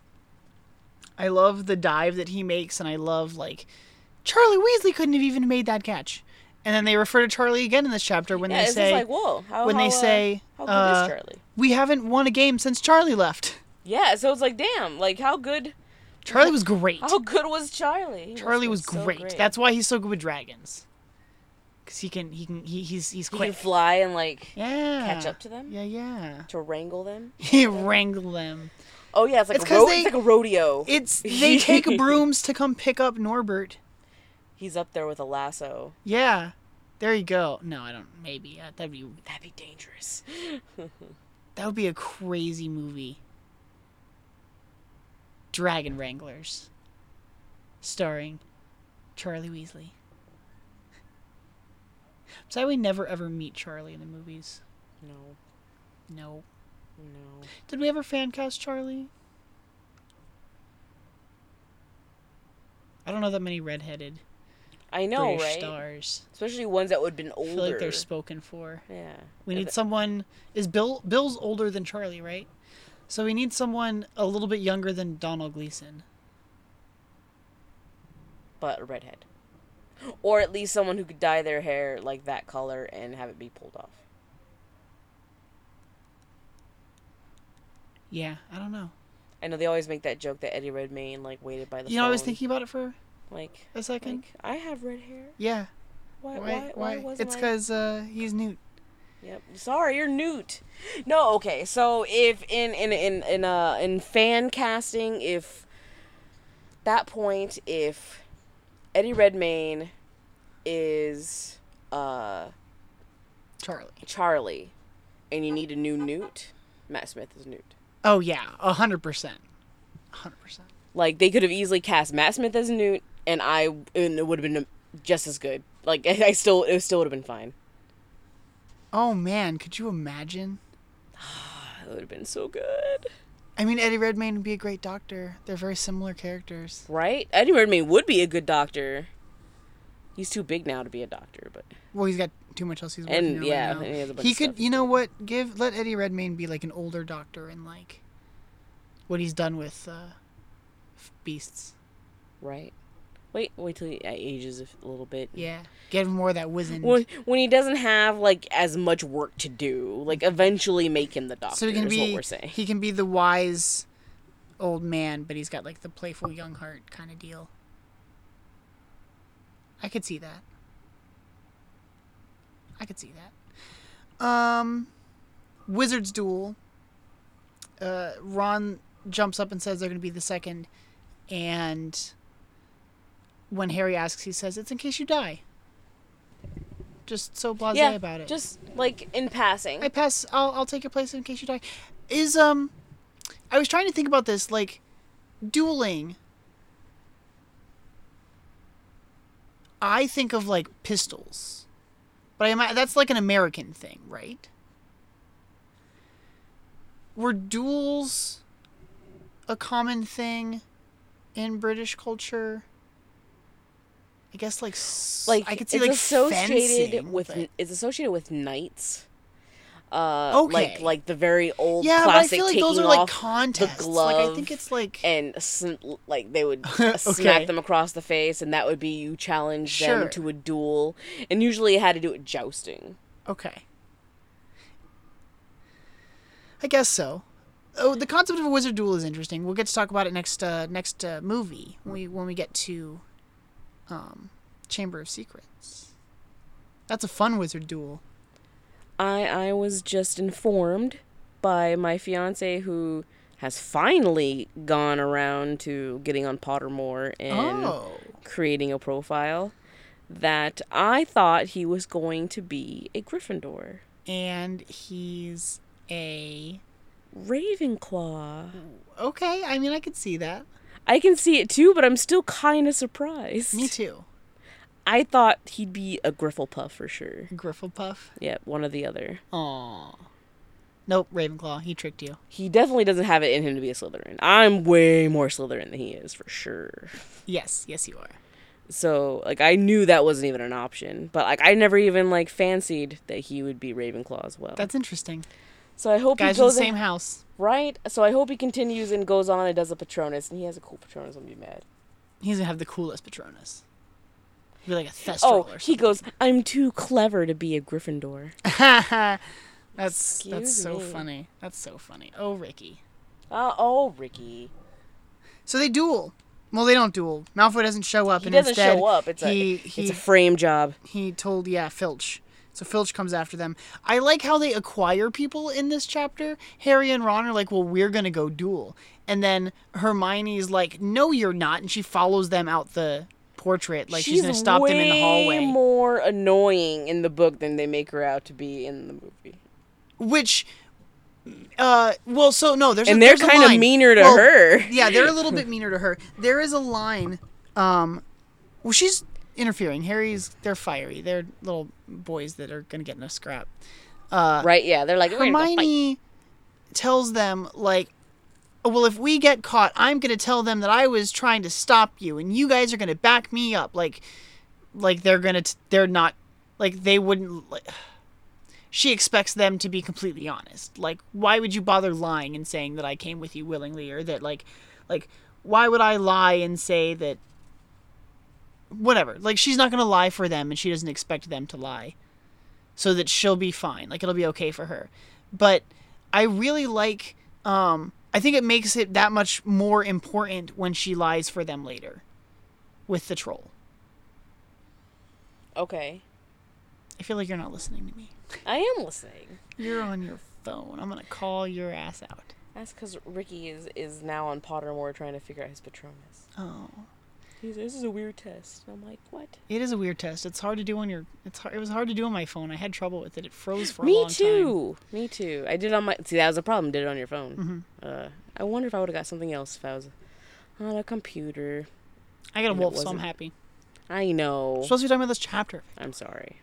[SPEAKER 1] I love the dive that he makes and I love like Charlie Weasley couldn't have even made that catch. And then they refer to Charlie again in this chapter when
[SPEAKER 2] yeah,
[SPEAKER 1] they
[SPEAKER 2] it's just
[SPEAKER 1] say
[SPEAKER 2] like whoa. How,
[SPEAKER 1] when they
[SPEAKER 2] how, uh,
[SPEAKER 1] say,
[SPEAKER 2] how good
[SPEAKER 1] uh,
[SPEAKER 2] is Charlie?
[SPEAKER 1] we haven't won a game since Charlie left.
[SPEAKER 2] Yeah, so it's like damn, like how good.
[SPEAKER 1] Charlie was great.
[SPEAKER 2] How good was Charlie? He
[SPEAKER 1] Charlie was
[SPEAKER 2] so
[SPEAKER 1] great. That's why he's so good with dragons. Cuz he can he can he, he's he's
[SPEAKER 2] he
[SPEAKER 1] quick.
[SPEAKER 2] can fly and like
[SPEAKER 1] yeah.
[SPEAKER 2] catch up to them
[SPEAKER 1] Yeah, yeah.
[SPEAKER 2] to wrangle them.
[SPEAKER 1] He wrangle them.
[SPEAKER 2] Oh yeah, it's like
[SPEAKER 1] It's
[SPEAKER 2] a
[SPEAKER 1] 'cause
[SPEAKER 2] ro-
[SPEAKER 1] they-
[SPEAKER 2] it's like a rodeo.
[SPEAKER 1] It's they take brooms to come pick up Norbert.
[SPEAKER 2] He's up there with a lasso.
[SPEAKER 1] Yeah. There you go. No, I don't. Maybe uh, that'd be
[SPEAKER 2] That'd be dangerous.
[SPEAKER 1] that would be a crazy movie. Dragon Wranglers, starring Charlie Weasley. I'm sorry we never ever meet Charlie in the movies.
[SPEAKER 2] No,
[SPEAKER 1] No.
[SPEAKER 2] no.
[SPEAKER 1] Did we ever fan cast Charlie? I don't know that many redheaded
[SPEAKER 2] I know,
[SPEAKER 1] British
[SPEAKER 2] right?
[SPEAKER 1] stars.
[SPEAKER 2] Especially ones that would have been
[SPEAKER 1] I
[SPEAKER 2] older.
[SPEAKER 1] feel like they're spoken for.
[SPEAKER 2] yeah.
[SPEAKER 1] We
[SPEAKER 2] If
[SPEAKER 1] need
[SPEAKER 2] it-
[SPEAKER 1] someone. Is Bill Bill's older than Charlie, right? So we need someone a little bit younger than Donald Gleason.
[SPEAKER 2] but a redhead, or at least someone who could dye their hair like that color and have it be pulled off.
[SPEAKER 1] Yeah, I don't know.
[SPEAKER 2] I know they always make that joke that Eddie Redmayne like waited by the.
[SPEAKER 1] you know, I was
[SPEAKER 2] phone,
[SPEAKER 1] thinking about it for
[SPEAKER 2] like,
[SPEAKER 1] a second.
[SPEAKER 2] like I have red hair.
[SPEAKER 1] yeah.
[SPEAKER 2] Why?
[SPEAKER 1] Why?
[SPEAKER 2] Why?
[SPEAKER 1] why?
[SPEAKER 2] Why, was
[SPEAKER 1] it's
[SPEAKER 2] my-
[SPEAKER 1] because uh, he's Newt.
[SPEAKER 2] Yep. Sorry, you're Newt. No, okay. So if in in in in uh in fan casting, if that point, if Eddie Redmayne is uh
[SPEAKER 1] Charlie.
[SPEAKER 2] Charlie, and you need a new Newt, Matt Smith is Newt.
[SPEAKER 1] Oh yeah, a hundred percent. A Hundred percent.
[SPEAKER 2] Like they could have easily cast Matt Smith as Newt, and I and it would have been just as good. Like I still it still would have been fine.
[SPEAKER 1] Oh man, could you imagine?
[SPEAKER 2] It would have been so good,
[SPEAKER 1] I mean, Eddie Redmayne would be a great doctor. They're very similar characters.
[SPEAKER 2] right? Eddie Redmayne would be a good doctor. He's too big now to be a doctor, but
[SPEAKER 1] Well, he's got too much else he's working
[SPEAKER 2] And,
[SPEAKER 1] on right
[SPEAKER 2] yeah,
[SPEAKER 1] now.
[SPEAKER 2] and he has a bunch
[SPEAKER 1] he
[SPEAKER 2] of
[SPEAKER 1] could,
[SPEAKER 2] stuff
[SPEAKER 1] you know what? Give let Eddie Redmayne be like an older doctor and like what he's done with uh, f- beasts.
[SPEAKER 2] right? Wait, wait till he uh, ages a little bit.
[SPEAKER 1] Yeah, get him more of that wizened.
[SPEAKER 2] When, when he doesn't have like as much work to do, like eventually make him the doctor.
[SPEAKER 1] so he can
[SPEAKER 2] is
[SPEAKER 1] be
[SPEAKER 2] what we're saying.
[SPEAKER 1] he can be the wise old man, but he's got like the playful young heart kind of deal. I could see that. I could see that. Um, Wizards duel. Uh, Ron jumps up and says they're going to be the second, and when Harry asks, he says it's in case you die. Just so blasé
[SPEAKER 2] yeah,
[SPEAKER 1] about it.
[SPEAKER 2] Just like in passing.
[SPEAKER 1] I pass. I'll I'll take your place in case you die. Is um, I was trying to think about this like, dueling. I think of like pistols, but I ima- that's like an American thing, right? Were duels a common thing in British culture? I guess like s-
[SPEAKER 2] like
[SPEAKER 1] I could see
[SPEAKER 2] it's
[SPEAKER 1] like
[SPEAKER 2] associated
[SPEAKER 1] fencing,
[SPEAKER 2] with
[SPEAKER 1] but-
[SPEAKER 2] it's associated with knights. Uh,
[SPEAKER 1] Okay.
[SPEAKER 2] like like the very old
[SPEAKER 1] Yeah, but I
[SPEAKER 2] classic
[SPEAKER 1] feel like
[SPEAKER 2] taking
[SPEAKER 1] those are like
[SPEAKER 2] off
[SPEAKER 1] contests.
[SPEAKER 2] the
[SPEAKER 1] Like
[SPEAKER 2] glove
[SPEAKER 1] I think it's like
[SPEAKER 2] and sn- like they would
[SPEAKER 1] Okay.
[SPEAKER 2] smack them across the face, and that would be you challenge
[SPEAKER 1] Sure.
[SPEAKER 2] them to a duel, and usually it had to do with jousting.
[SPEAKER 1] okay. I guess so. Oh, the concept of a wizard duel is interesting. We'll get to talk about it next uh, next uh, movie when we when we get to um, Chamber of Secrets. That's a fun wizard duel.
[SPEAKER 2] I I was just informed by my fiance who has finally gone around to getting on Pottermore and
[SPEAKER 1] Oh.
[SPEAKER 2] creating a profile that I thought he was going to be a Gryffindor.
[SPEAKER 1] And he's a
[SPEAKER 2] Ravenclaw.
[SPEAKER 1] okay. I mean, I could see that.
[SPEAKER 2] I can see it too, but I'm still kind of surprised.
[SPEAKER 1] Me too.
[SPEAKER 2] I thought he'd be a Grifflepuff for sure.
[SPEAKER 1] Grifflepuff.
[SPEAKER 2] Yeah, one or the other.
[SPEAKER 1] Aw. Nope, Ravenclaw. He tricked you.
[SPEAKER 2] He definitely doesn't have it in him to be a Slytherin. I'm way more Slytherin than he is for sure.
[SPEAKER 1] Yes, yes, you are.
[SPEAKER 2] So like I knew that wasn't even an option, but like I never even like fancied that he would be Ravenclaw as well.
[SPEAKER 1] That's interesting.
[SPEAKER 2] so I hope
[SPEAKER 1] Guys
[SPEAKER 2] he
[SPEAKER 1] in the
[SPEAKER 2] goes in-
[SPEAKER 1] same house.
[SPEAKER 2] right. So I hope he continues and goes on and does a Patronus, and he has a cool Patronus. I'm gonna be mad.
[SPEAKER 1] He's gonna have the coolest Patronus. Be like a Thestral
[SPEAKER 2] Oh,
[SPEAKER 1] or
[SPEAKER 2] he goes. I'm too clever to be a Gryffindor.
[SPEAKER 1] something. that's that's
[SPEAKER 2] Excuse
[SPEAKER 1] so
[SPEAKER 2] me.
[SPEAKER 1] funny. That's so funny. Oh, Ricky.
[SPEAKER 2] Uh, oh, Ricky.
[SPEAKER 1] So they duel. Well, they don't duel. Malfoy doesn't show up,
[SPEAKER 2] He
[SPEAKER 1] and
[SPEAKER 2] doesn't
[SPEAKER 1] instead
[SPEAKER 2] show up. It's
[SPEAKER 1] he,
[SPEAKER 2] a
[SPEAKER 1] he
[SPEAKER 2] it's a frame job.
[SPEAKER 1] he told yeah Filch. So Filch comes after them. I like how they acquire people in this chapter. Harry and Ron are like, "Well, we're gonna go duel," and then Hermione's like, "No, you're not," and she follows them out the portrait like she's, gonna stop them in the hallway.
[SPEAKER 2] Way more annoying in the book than they make her out to be in the movie.
[SPEAKER 1] Which, uh, well, so no, there's
[SPEAKER 2] And
[SPEAKER 1] a,
[SPEAKER 2] they're
[SPEAKER 1] there's a
[SPEAKER 2] kinda
[SPEAKER 1] line.
[SPEAKER 2] meaner to
[SPEAKER 1] Well,
[SPEAKER 2] her.
[SPEAKER 1] Yeah, they're a little bit meaner to her. There is a line. Um, well, she's interfering. Harry's they're fiery. They're little boys that are gonna get in a scrap.
[SPEAKER 2] right? Yeah, they're like "We're gonna go fight."
[SPEAKER 1] Uh, Hermione tells them like, "Well, if we get caught, I'm going to tell them that I was trying to stop you, and you guys are going to back me up." Like, like they're gonna, t- they're not, like they wouldn't. Like, she expects them to be completely honest. Like, why would you bother lying and saying that I came with you willingly, or that like, like why would I lie and say that? Whatever. Like, she's not going to lie for them, and she doesn't expect them to lie so that she'll be fine. Like it'll be okay for her. But I really like um I think it makes it that much more important when she lies for them later with the troll.
[SPEAKER 2] Okay,
[SPEAKER 1] I feel like you're not listening to me.
[SPEAKER 2] I am listening.
[SPEAKER 1] You're on your phone. I'm going to call your ass out.
[SPEAKER 2] That's because Ricky is is now on Pottermore trying to figure out his Patronus.
[SPEAKER 1] Oh.
[SPEAKER 2] He's, this is a weird test. And I'm like, what?
[SPEAKER 1] It is a weird test. It's hard to do on your it's hard, it was hard to do on my phone. I had trouble with it. It froze for a
[SPEAKER 2] Me
[SPEAKER 1] long time.
[SPEAKER 2] too. Me too. I did it on my. See, that was a problem. Did it on your phone.
[SPEAKER 1] Mm-hmm.
[SPEAKER 2] Uh, I wonder if I would have got something else if I was on a computer.
[SPEAKER 1] I got a
[SPEAKER 2] And it
[SPEAKER 1] wolf, so I'm
[SPEAKER 2] wasn't.
[SPEAKER 1] happy.
[SPEAKER 2] I know.
[SPEAKER 1] We're supposed to be talking about this chapter.
[SPEAKER 2] I'm sorry.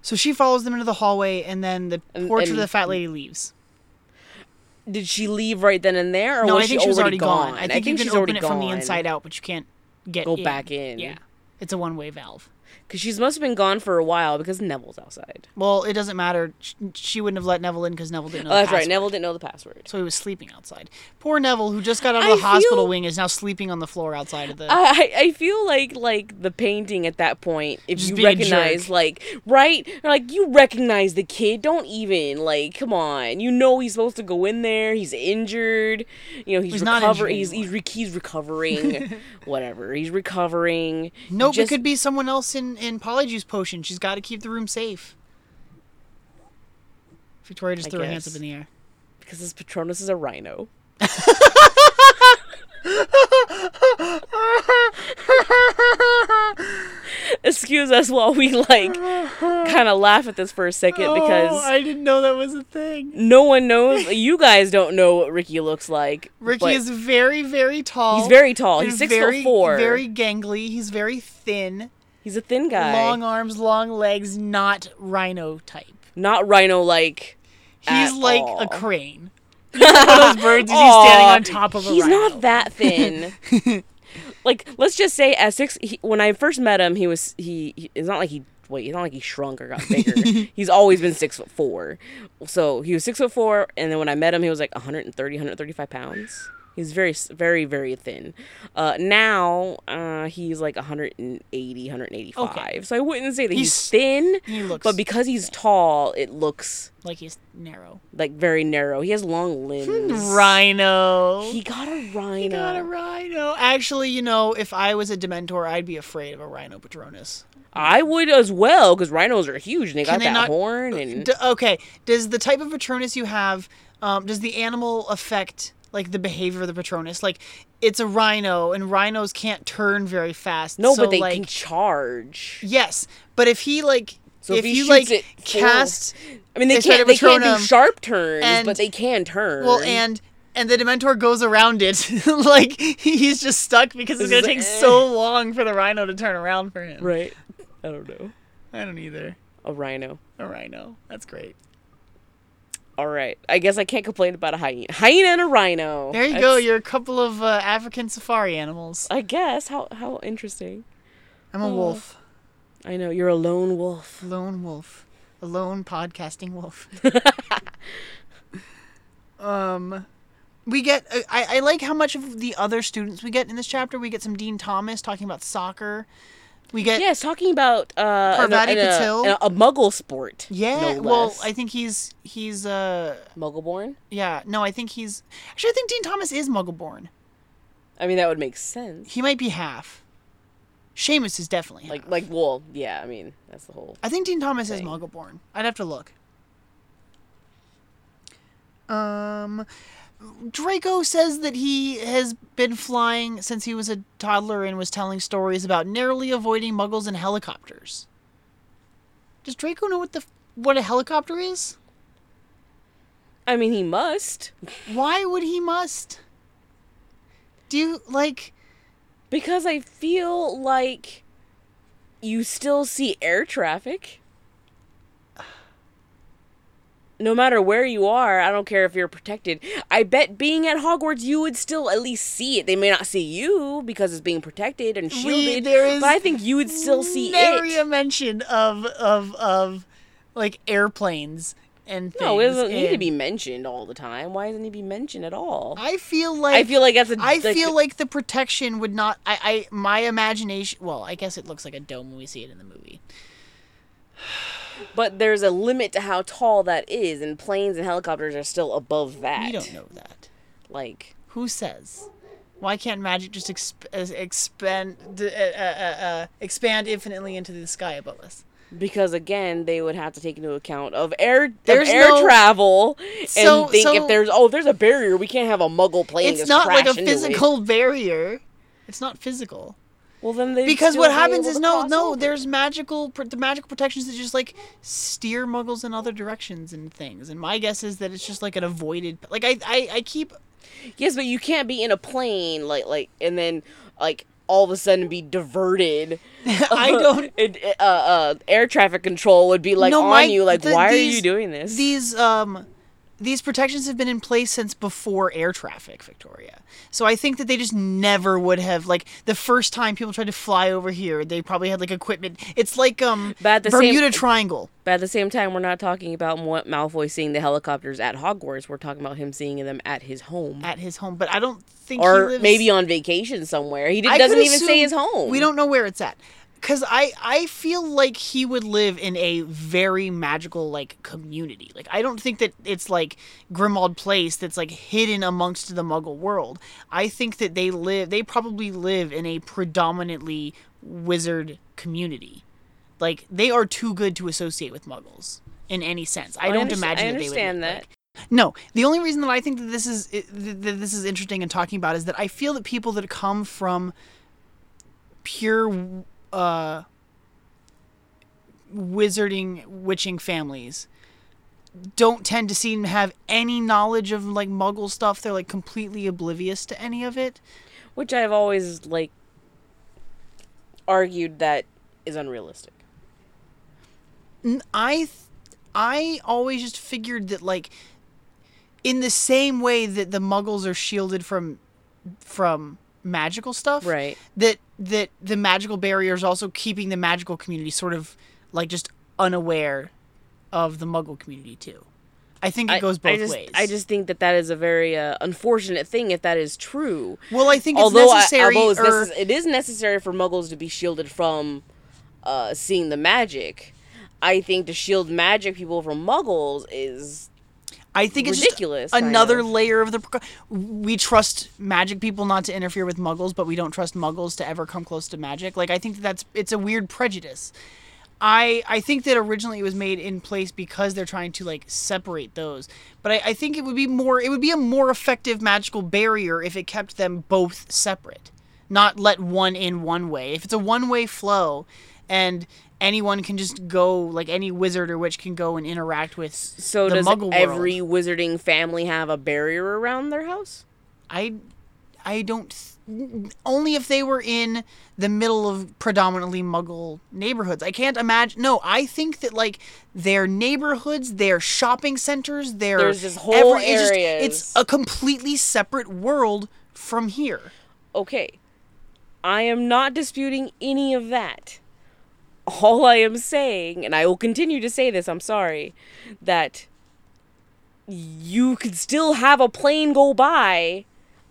[SPEAKER 1] So she follows them into the hallway and then the
[SPEAKER 2] And-
[SPEAKER 1] portrait of
[SPEAKER 2] and-
[SPEAKER 1] the fat lady leaves.
[SPEAKER 2] Did she leave right then and there, or
[SPEAKER 1] No,
[SPEAKER 2] was
[SPEAKER 1] I think
[SPEAKER 2] she,
[SPEAKER 1] she was
[SPEAKER 2] already
[SPEAKER 1] already
[SPEAKER 2] gone?
[SPEAKER 1] gone. I think, you can
[SPEAKER 2] she's
[SPEAKER 1] open
[SPEAKER 2] already
[SPEAKER 1] it from the
[SPEAKER 2] gone.
[SPEAKER 1] inside out, but you can't get
[SPEAKER 2] Go back in.
[SPEAKER 1] Yeah, it's a one-way valve.
[SPEAKER 2] Because she must have been gone for a while because Neville's outside.
[SPEAKER 1] Well, it doesn't matter. Sh- She wouldn't have let Neville in because Neville didn't know.
[SPEAKER 2] Oh,
[SPEAKER 1] the
[SPEAKER 2] that's right.
[SPEAKER 1] password.
[SPEAKER 2] Neville didn't know the password.
[SPEAKER 1] So he was sleeping outside. Poor Neville, who just got out of
[SPEAKER 2] I
[SPEAKER 1] the hospital
[SPEAKER 2] feel-
[SPEAKER 1] wing, is now sleeping on the floor outside of the.
[SPEAKER 2] I, I I feel like like the painting at that point. If
[SPEAKER 1] Just
[SPEAKER 2] you
[SPEAKER 1] being a
[SPEAKER 2] recognize
[SPEAKER 1] jerk.
[SPEAKER 2] like right, You're like you recognize the kid. Don't even like come on. You know he's supposed to go in there. He's injured. You know he's,
[SPEAKER 1] He's not
[SPEAKER 2] recovering.
[SPEAKER 1] injured
[SPEAKER 2] He's he's, re- he's recovering. whatever. He's recovering.
[SPEAKER 1] nope, it
[SPEAKER 2] Just-
[SPEAKER 1] could be someone else in in Polyjuice potion. She's got to keep the room safe. Victoria just
[SPEAKER 2] I
[SPEAKER 1] threw her hands
[SPEAKER 2] guess.
[SPEAKER 1] up in the air.
[SPEAKER 2] because this Patronus is a rhino. Excuse us while we like kind of laugh at this for a second
[SPEAKER 1] oh,
[SPEAKER 2] because
[SPEAKER 1] I didn't know that was a thing.
[SPEAKER 2] no one knows. You guys don't know what Ricky looks like.
[SPEAKER 1] Ricky
[SPEAKER 2] but
[SPEAKER 1] is very, very tall.
[SPEAKER 2] He's very tall.
[SPEAKER 1] and
[SPEAKER 2] He's six
[SPEAKER 1] very,
[SPEAKER 2] foot four.
[SPEAKER 1] Very gangly. He's very thin.
[SPEAKER 2] He's a thin guy.
[SPEAKER 1] Long arms, long legs, not rhino type.
[SPEAKER 2] Not rhino like.
[SPEAKER 1] He's
[SPEAKER 2] At
[SPEAKER 1] like
[SPEAKER 2] all.
[SPEAKER 1] a crane. He's one of those birds. He's standing on top of a
[SPEAKER 2] He's
[SPEAKER 1] rhino.
[SPEAKER 2] not that thin. like let's just say at six, he, when I first met him, he was he, he. It's not like he wait. It's not like he shrunk or got bigger. he's always been six foot four. So he was six foot four, and then when I met him, he was like 130, 135 pounds. He's very, s- very, very thin. Uh, now uh, he's like 180, 185. So I wouldn't say that
[SPEAKER 1] He's-
[SPEAKER 2] he's, thin,
[SPEAKER 1] he looks
[SPEAKER 2] but because he's tall, it looks
[SPEAKER 1] like he's narrow.
[SPEAKER 2] like very narrow. He has long limbs.
[SPEAKER 1] Rhino.
[SPEAKER 2] He got a rhino.
[SPEAKER 1] He got a rhino. Actually, you know, if I was a Dementor, I'd be afraid of a rhino Patronus.
[SPEAKER 2] I would as well, because rhinos are huge and they got
[SPEAKER 1] they
[SPEAKER 2] that
[SPEAKER 1] not- uh,
[SPEAKER 2] horn and
[SPEAKER 1] D- okay. Does the type of Patronus you have, um, does the animal affect like the behavior of the Patronus? Like, it's a rhino, and rhinos can't turn very fast.
[SPEAKER 2] no,
[SPEAKER 1] so,
[SPEAKER 2] but they
[SPEAKER 1] like,
[SPEAKER 2] can charge.
[SPEAKER 1] Yes, but if he like,
[SPEAKER 2] So
[SPEAKER 1] if,
[SPEAKER 2] if he
[SPEAKER 1] you
[SPEAKER 2] shoots
[SPEAKER 1] like
[SPEAKER 2] it full-
[SPEAKER 1] cast,
[SPEAKER 2] I mean,
[SPEAKER 1] They
[SPEAKER 2] they
[SPEAKER 1] try
[SPEAKER 2] can't.
[SPEAKER 1] to
[SPEAKER 2] They can't do
[SPEAKER 1] Patronum,
[SPEAKER 2] sharp turns, but
[SPEAKER 1] and-
[SPEAKER 2] they can turn.
[SPEAKER 1] well, and and the Dementor goes around it, like he's just stuck because it's
[SPEAKER 2] This
[SPEAKER 1] gonna
[SPEAKER 2] is
[SPEAKER 1] take
[SPEAKER 2] like, eh.
[SPEAKER 1] so long for the rhino to turn around for him.
[SPEAKER 2] right. I don't know.
[SPEAKER 1] I don't either.
[SPEAKER 2] A rhino.
[SPEAKER 1] A rhino. That's great.
[SPEAKER 2] All right. I guess I can't complain about a hyena. Hyena and a rhino.
[SPEAKER 1] There you go.
[SPEAKER 2] That's-
[SPEAKER 1] You're a couple of uh, African safari animals.
[SPEAKER 2] I guess how how interesting.
[SPEAKER 1] I'm
[SPEAKER 2] Oh.
[SPEAKER 1] a wolf,
[SPEAKER 2] I know you're a lone wolf.
[SPEAKER 1] lone wolf, a lone podcasting wolf. um, we get. I, I like how much of the other students we get in this chapter. We get some Dean Thomas talking about soccer. We get
[SPEAKER 2] Yes, talking about uh, an-
[SPEAKER 1] Parvati
[SPEAKER 2] an- a-
[SPEAKER 1] Patil?
[SPEAKER 2] a, a Muggle sport.
[SPEAKER 1] Yeah,
[SPEAKER 2] no
[SPEAKER 1] well,
[SPEAKER 2] less.
[SPEAKER 1] I think he's he's uh
[SPEAKER 2] Muggleborn.
[SPEAKER 1] yeah no, I think he's actually I think Dean Thomas is Muggleborn.
[SPEAKER 2] I mean, that would make sense.
[SPEAKER 1] He might be half. Seamus is definitely half.
[SPEAKER 2] Like like well, yeah. I mean, that's the whole.
[SPEAKER 1] I think Dean Thomas is
[SPEAKER 2] thing.
[SPEAKER 1] Muggleborn. I'd have to look. Um, Draco says that he has been flying since he was a toddler and was telling stories about narrowly avoiding Muggles and helicopters. Does Draco know what the f- what a helicopter is?
[SPEAKER 2] I mean, he must
[SPEAKER 1] Why would he must? Do you like?
[SPEAKER 2] because I feel like you still see air traffic. No matter where you are, I don't care if you're protected. I bet being at Hogwarts, you would still at least see it. They may not see you because it's being protected and shielded,
[SPEAKER 1] there is
[SPEAKER 2] but I think you would still see
[SPEAKER 1] never
[SPEAKER 2] it.
[SPEAKER 1] a mention of of of like airplanes and things.
[SPEAKER 2] No, it doesn't need to
[SPEAKER 1] and-
[SPEAKER 2] be mentioned all the time. Why doesn't it be mentioned at all?
[SPEAKER 1] I feel like
[SPEAKER 2] I feel like that's a.
[SPEAKER 1] I
[SPEAKER 2] like-
[SPEAKER 1] feel like the protection would not. I, I my imagination. Well, I guess it looks like a dome when we see it in the movie.
[SPEAKER 2] but there's a limit to how tall that is, and planes and helicopters are still above that.
[SPEAKER 1] We don't know that.
[SPEAKER 2] Like,
[SPEAKER 1] Who says? Why can't magic just exp- uh, expand uh, uh, uh, uh, expand infinitely into the sky above us?
[SPEAKER 2] because again, they would have to take into account of air
[SPEAKER 1] There's
[SPEAKER 2] of air
[SPEAKER 1] no-
[SPEAKER 2] travel and
[SPEAKER 1] So-
[SPEAKER 2] think if
[SPEAKER 1] so-
[SPEAKER 2] there's oh, if there's a barrier, we can't have a muggle plane.
[SPEAKER 1] it's
[SPEAKER 2] just
[SPEAKER 1] not like a
[SPEAKER 2] crash into it.
[SPEAKER 1] physical barrier. It's not physical.
[SPEAKER 2] Well, then they
[SPEAKER 1] because what happens is no no there's magical pr- the magical protections that just like steer muggles in other directions and things and my guess is that it's just like an avoided like i i, I keep
[SPEAKER 2] yes, but you can't be in a plane like like and then like all of a sudden be diverted.
[SPEAKER 1] i don't
[SPEAKER 2] it, uh, uh, air traffic control would be like
[SPEAKER 1] No,
[SPEAKER 2] on
[SPEAKER 1] my-
[SPEAKER 2] you, like
[SPEAKER 1] the-
[SPEAKER 2] why are you
[SPEAKER 1] these-
[SPEAKER 2] doing this?
[SPEAKER 1] these um these protections have been in place since before air traffic victoria so i think that they just never would have like the first time people tried to fly over here they probably had like equipment it's like um
[SPEAKER 2] But at the same-
[SPEAKER 1] bermuda triangle
[SPEAKER 2] but at the same time, we're not talking about Mo- Malfoy seeing the helicopters at Hogwarts. We're talking about him seeing them at his home,
[SPEAKER 1] at his home but i don't think he
[SPEAKER 2] or
[SPEAKER 1] lives...
[SPEAKER 2] maybe on vacation somewhere. He
[SPEAKER 1] I
[SPEAKER 2] did, doesn't
[SPEAKER 1] could
[SPEAKER 2] even
[SPEAKER 1] assume-
[SPEAKER 2] say his home.
[SPEAKER 1] We don't know where it's at. Cause I I feel like he would live in a very magical like community. Like I don't think that it's like Grimald Place that's like hidden amongst the Muggle world. I think that they live they probably live in a predominantly wizard community. Like they are too good to associate with Muggles in any sense. I, don't
[SPEAKER 2] understa-
[SPEAKER 1] imagine
[SPEAKER 2] I
[SPEAKER 1] that they would.
[SPEAKER 2] understand
[SPEAKER 1] look
[SPEAKER 2] that.
[SPEAKER 1] like- no, the only reason that I think that this is that this is interesting and talking about is that I feel that people that come from pure uh, wizarding witching families don't tend to seem to have any knowledge of like muggle stuff. They're like completely oblivious to any of it.
[SPEAKER 2] which I've always like argued that is unrealistic.
[SPEAKER 1] N- I th- I always just figured that like in the same way that the muggles are shielded from from magical stuff
[SPEAKER 2] Right.
[SPEAKER 1] that that the magical barrier is also keeping the magical community sort of like just unaware of the muggle community too i think it
[SPEAKER 2] I-
[SPEAKER 1] goes both
[SPEAKER 2] I just,
[SPEAKER 1] ways
[SPEAKER 2] I just think that that is a very uh, unfortunate thing if that is true.
[SPEAKER 1] well i think it's
[SPEAKER 2] although I-
[SPEAKER 1] necessary
[SPEAKER 2] although it's
[SPEAKER 1] or-
[SPEAKER 2] necess- it is necessary for muggles to be shielded from uh, seeing the magic. I think to shield magic people from muggles is
[SPEAKER 1] I think it's
[SPEAKER 2] Ridiculous,
[SPEAKER 1] Just
[SPEAKER 2] kind
[SPEAKER 1] another
[SPEAKER 2] of.
[SPEAKER 1] layer of the. Preca- we trust magic people not to interfere with muggles, but we don't trust muggles to ever come close to magic. Like I think that that's it's a weird prejudice. I I think that originally it was made in place because they're trying to like separate those. But I, I think it would be more it would be a more effective magical barrier if it kept them both separate. Not let one in one way. If it's a one way flow and anyone can just go like any wizard or witch can go and interact with
[SPEAKER 2] So
[SPEAKER 1] the
[SPEAKER 2] does
[SPEAKER 1] muggle
[SPEAKER 2] every
[SPEAKER 1] world.
[SPEAKER 2] wizarding family have a barrier around their house?
[SPEAKER 1] I I don't th- only if they were in the middle of predominantly muggle neighborhoods. I can't imagine. No, I think that like their neighborhoods, their shopping centers, their
[SPEAKER 2] There's this whole
[SPEAKER 1] it's just-
[SPEAKER 2] areas.
[SPEAKER 1] it's a completely separate world from here.
[SPEAKER 2] Okay. I am not disputing any of that. All I am saying, and I will continue to say this, I'm sorry, that you could still have a plane go by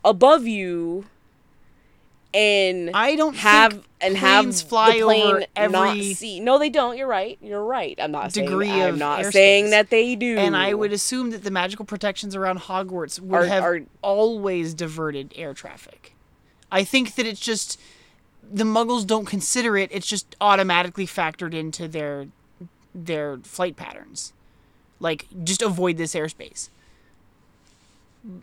[SPEAKER 2] above you and
[SPEAKER 1] I don't
[SPEAKER 2] have
[SPEAKER 1] think
[SPEAKER 2] and have
[SPEAKER 1] planes fly
[SPEAKER 2] the plane
[SPEAKER 1] over
[SPEAKER 2] not
[SPEAKER 1] every-
[SPEAKER 2] see. No, they don't. You're right. You're right. I'm not
[SPEAKER 1] Degree
[SPEAKER 2] saying, I'm
[SPEAKER 1] of
[SPEAKER 2] not
[SPEAKER 1] airspace.
[SPEAKER 2] saying that they do.
[SPEAKER 1] And I would assume that the magical protections around Hogwarts would
[SPEAKER 2] Are-
[SPEAKER 1] have
[SPEAKER 2] are-
[SPEAKER 1] always diverted air traffic. I think that it's just the Muggles don't consider it; it's just automatically factored into their their flight patterns. Like, just avoid this airspace.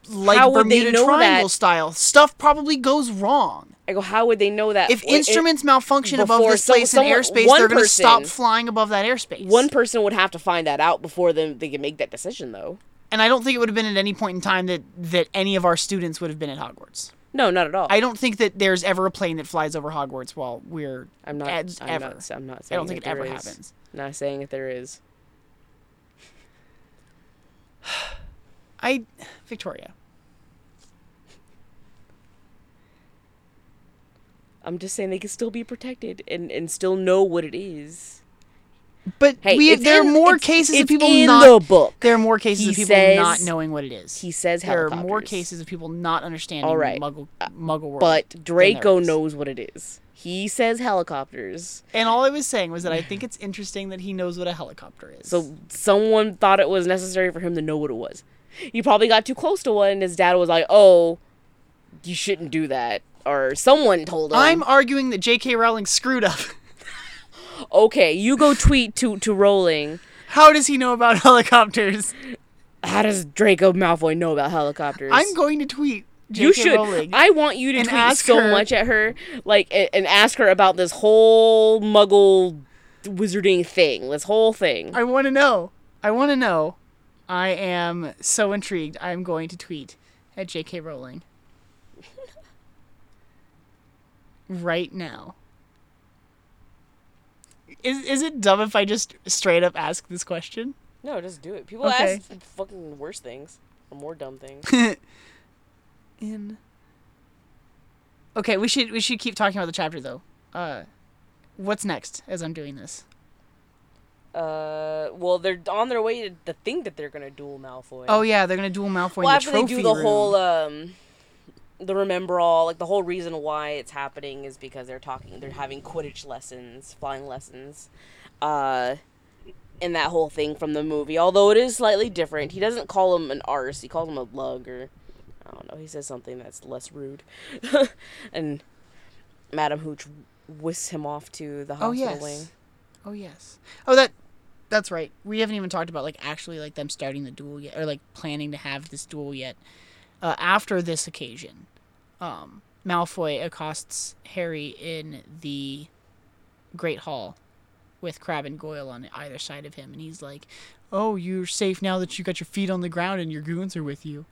[SPEAKER 1] Like
[SPEAKER 2] How would they
[SPEAKER 1] Bermuda
[SPEAKER 2] know that?
[SPEAKER 1] Triangle style, stuff probably goes wrong.
[SPEAKER 2] I go, how would they know that?
[SPEAKER 1] If
[SPEAKER 2] Like, it-
[SPEAKER 1] instruments malfunction above
[SPEAKER 2] before
[SPEAKER 1] this
[SPEAKER 2] some-
[SPEAKER 1] place in
[SPEAKER 2] someone-
[SPEAKER 1] airspace,
[SPEAKER 2] one
[SPEAKER 1] they're going to stop
[SPEAKER 2] person-
[SPEAKER 1] flying above that airspace.
[SPEAKER 2] One person would have to find that out before then they can make that decision, though.
[SPEAKER 1] and I don't think it would have been at any point in time that that any of our students would have been at Hogwarts.
[SPEAKER 2] No, not at all.
[SPEAKER 1] I don't think that there's ever a plane that flies over Hogwarts while we're
[SPEAKER 2] am not.
[SPEAKER 1] at-
[SPEAKER 2] I'm
[SPEAKER 1] ever.
[SPEAKER 2] Not, I'm not
[SPEAKER 1] I
[SPEAKER 2] saying.
[SPEAKER 1] don't think it
[SPEAKER 2] that there
[SPEAKER 1] ever
[SPEAKER 2] is.
[SPEAKER 1] happens.
[SPEAKER 2] Not saying that there is.
[SPEAKER 1] I Victoria.
[SPEAKER 2] I'm just saying they can still be protected and and still know what it is.
[SPEAKER 1] But
[SPEAKER 2] Hey,
[SPEAKER 1] we
[SPEAKER 2] it's
[SPEAKER 1] there are
[SPEAKER 2] in-
[SPEAKER 1] more
[SPEAKER 2] it's-
[SPEAKER 1] cases of
[SPEAKER 2] it's
[SPEAKER 1] people
[SPEAKER 2] in
[SPEAKER 1] not
[SPEAKER 2] the book.
[SPEAKER 1] There are more cases
[SPEAKER 2] He
[SPEAKER 1] of people not
[SPEAKER 2] says-
[SPEAKER 1] knowing what it is.
[SPEAKER 2] He says
[SPEAKER 1] there are more
[SPEAKER 2] helicopters.
[SPEAKER 1] cases of people not understanding
[SPEAKER 2] All right. Uh,
[SPEAKER 1] muggle muggle world.
[SPEAKER 2] but Draco
[SPEAKER 1] is.
[SPEAKER 2] knows what it is. He says helicopters.
[SPEAKER 1] and all I was saying was that I think it's interesting that he knows what a helicopter is.
[SPEAKER 2] So someone thought it was necessary for him to know what it was. He probably got too close to one, and his dad was like, "Oh, you shouldn't do that." Or someone told him.
[SPEAKER 1] I'm arguing that J.K. Rowling screwed up.
[SPEAKER 2] okay, you go tweet to to Rowling.
[SPEAKER 1] How does he know about helicopters?
[SPEAKER 2] How does Draco Malfoy know about helicopters?
[SPEAKER 1] I'm going to tweet. J.K.
[SPEAKER 2] you should.
[SPEAKER 1] Rowling.
[SPEAKER 2] I want you to
[SPEAKER 1] and
[SPEAKER 2] tweet
[SPEAKER 1] ask
[SPEAKER 2] so
[SPEAKER 1] her-
[SPEAKER 2] much at her, like, a- and ask her about this whole Muggle wizarding thing. This whole thing.
[SPEAKER 1] I want to know. I want to know. I am so intrigued. I'm going to tweet at J.K. Rowling right now. Is is it dumb if I just straight up ask this question?
[SPEAKER 2] No, just do it. People
[SPEAKER 1] Okay.
[SPEAKER 2] ask fucking worse things or more dumb things.
[SPEAKER 1] In. Okay, we should we should keep talking about the chapter though. Uh, what's next? As I'm doing this.
[SPEAKER 2] uh, well, they're on their way to the thing that they're gonna duel Malfoy.
[SPEAKER 1] Oh yeah, they're gonna duel Malfoy
[SPEAKER 2] well,
[SPEAKER 1] in the
[SPEAKER 2] after they
[SPEAKER 1] trophy
[SPEAKER 2] do the
[SPEAKER 1] room.
[SPEAKER 2] whole um, the remember all, like the whole reason why it's happening is because they're talking, they're having Quidditch lessons, flying lessons, uh, and that whole thing from the movie. Although it is slightly different, he doesn't call him an arse, he calls him a lug or I don't know. He says something that's less rude, and Madam Hooch whisks him off to the
[SPEAKER 1] Oh
[SPEAKER 2] hospital
[SPEAKER 1] yes.
[SPEAKER 2] wing.
[SPEAKER 1] Oh yes. Oh that that's right. We haven't even talked about like actually like them starting the duel yet or like planning to have this duel yet. Uh, after this occasion, um, Malfoy accosts Harry in the Great Hall with Crab and Goyle on either side of him and he's like, "Oh, you're safe now that you got your feet on the ground and your goons are with you."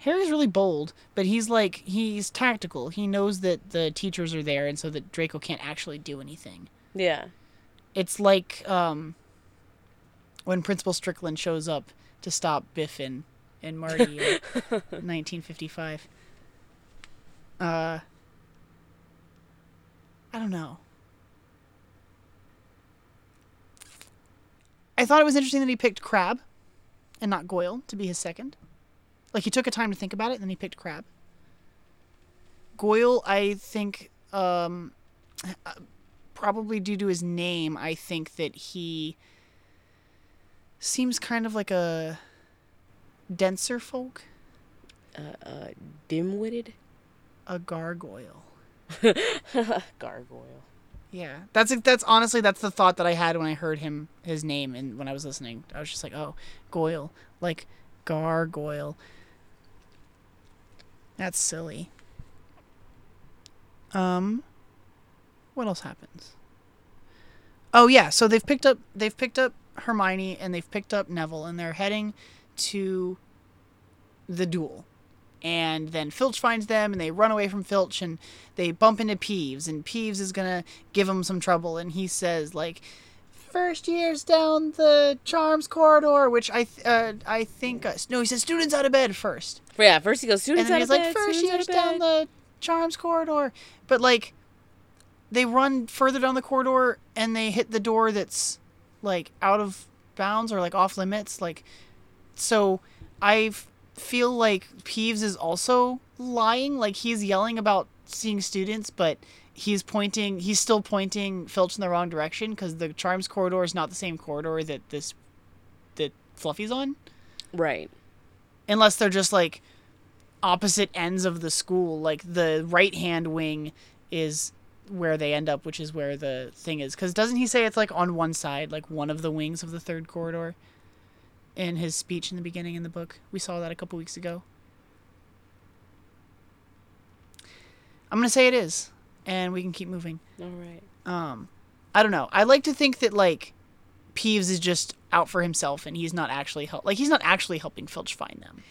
[SPEAKER 1] Harry's really bold, but he's like he's tactical. He knows that the teachers are there and so that Draco can't actually do anything
[SPEAKER 2] Yeah.
[SPEAKER 1] it's like um, when Principal Strickland shows up to stop Biff and, and Marty in 1955. Uh, I don't know. I thought it was interesting that he picked Crab and not Goyle to be his second. Like he took a time to think about it, and then he picked Crab. Goyle, I think, um, probably due to his name, I think that he seems kind of like a denser folk,
[SPEAKER 2] Uh, uh, dim-witted?
[SPEAKER 1] a gargoyle.
[SPEAKER 2] Gargoyle.
[SPEAKER 1] Yeah, that's that's honestly that's the thought that I had when I heard him his name and when I was listening, I was just like, oh, Goyle, like gargoyle. That's silly. Um, what else happens? Oh yeah, so they've picked up they've picked up Hermione and they've picked up Neville and they're heading to the duel. And then Filch finds them and they run away from Filch and they bump into Peeves and Peeves is going to give them some trouble and he says like first years down the charms corridor which I th- uh, I think uh, no he says students out of bed first.
[SPEAKER 2] Yeah, first he goes,
[SPEAKER 1] And
[SPEAKER 2] students
[SPEAKER 1] then
[SPEAKER 2] out
[SPEAKER 1] he's
[SPEAKER 2] of
[SPEAKER 1] like
[SPEAKER 2] bed,
[SPEAKER 1] first
[SPEAKER 2] students
[SPEAKER 1] years
[SPEAKER 2] out of
[SPEAKER 1] down
[SPEAKER 2] bed.
[SPEAKER 1] the charms corridor but like they run further down the corridor and they hit the door that's like out of bounds or like off limits like so I f- feel like Peeves is also lying. Like he's yelling about seeing students, but he's pointing. He's still pointing Filch in the wrong direction because the Charms corridor is not the same corridor that this that Fluffy's on.
[SPEAKER 2] Right.
[SPEAKER 1] Unless they're just like opposite ends of the school. Like the right hand wing is where they end up, which is where the thing is. Because doesn't he say it's like on one side, like one of the wings of the third corridor? In his speech in the beginning in the book, we saw that a couple weeks ago. I'm gonna say it is, and we can keep moving.
[SPEAKER 2] All right.
[SPEAKER 1] Um, I don't know. I like to think that like Peeves is just out for himself, and he's not actually help. Like he's not actually helping Filch find them.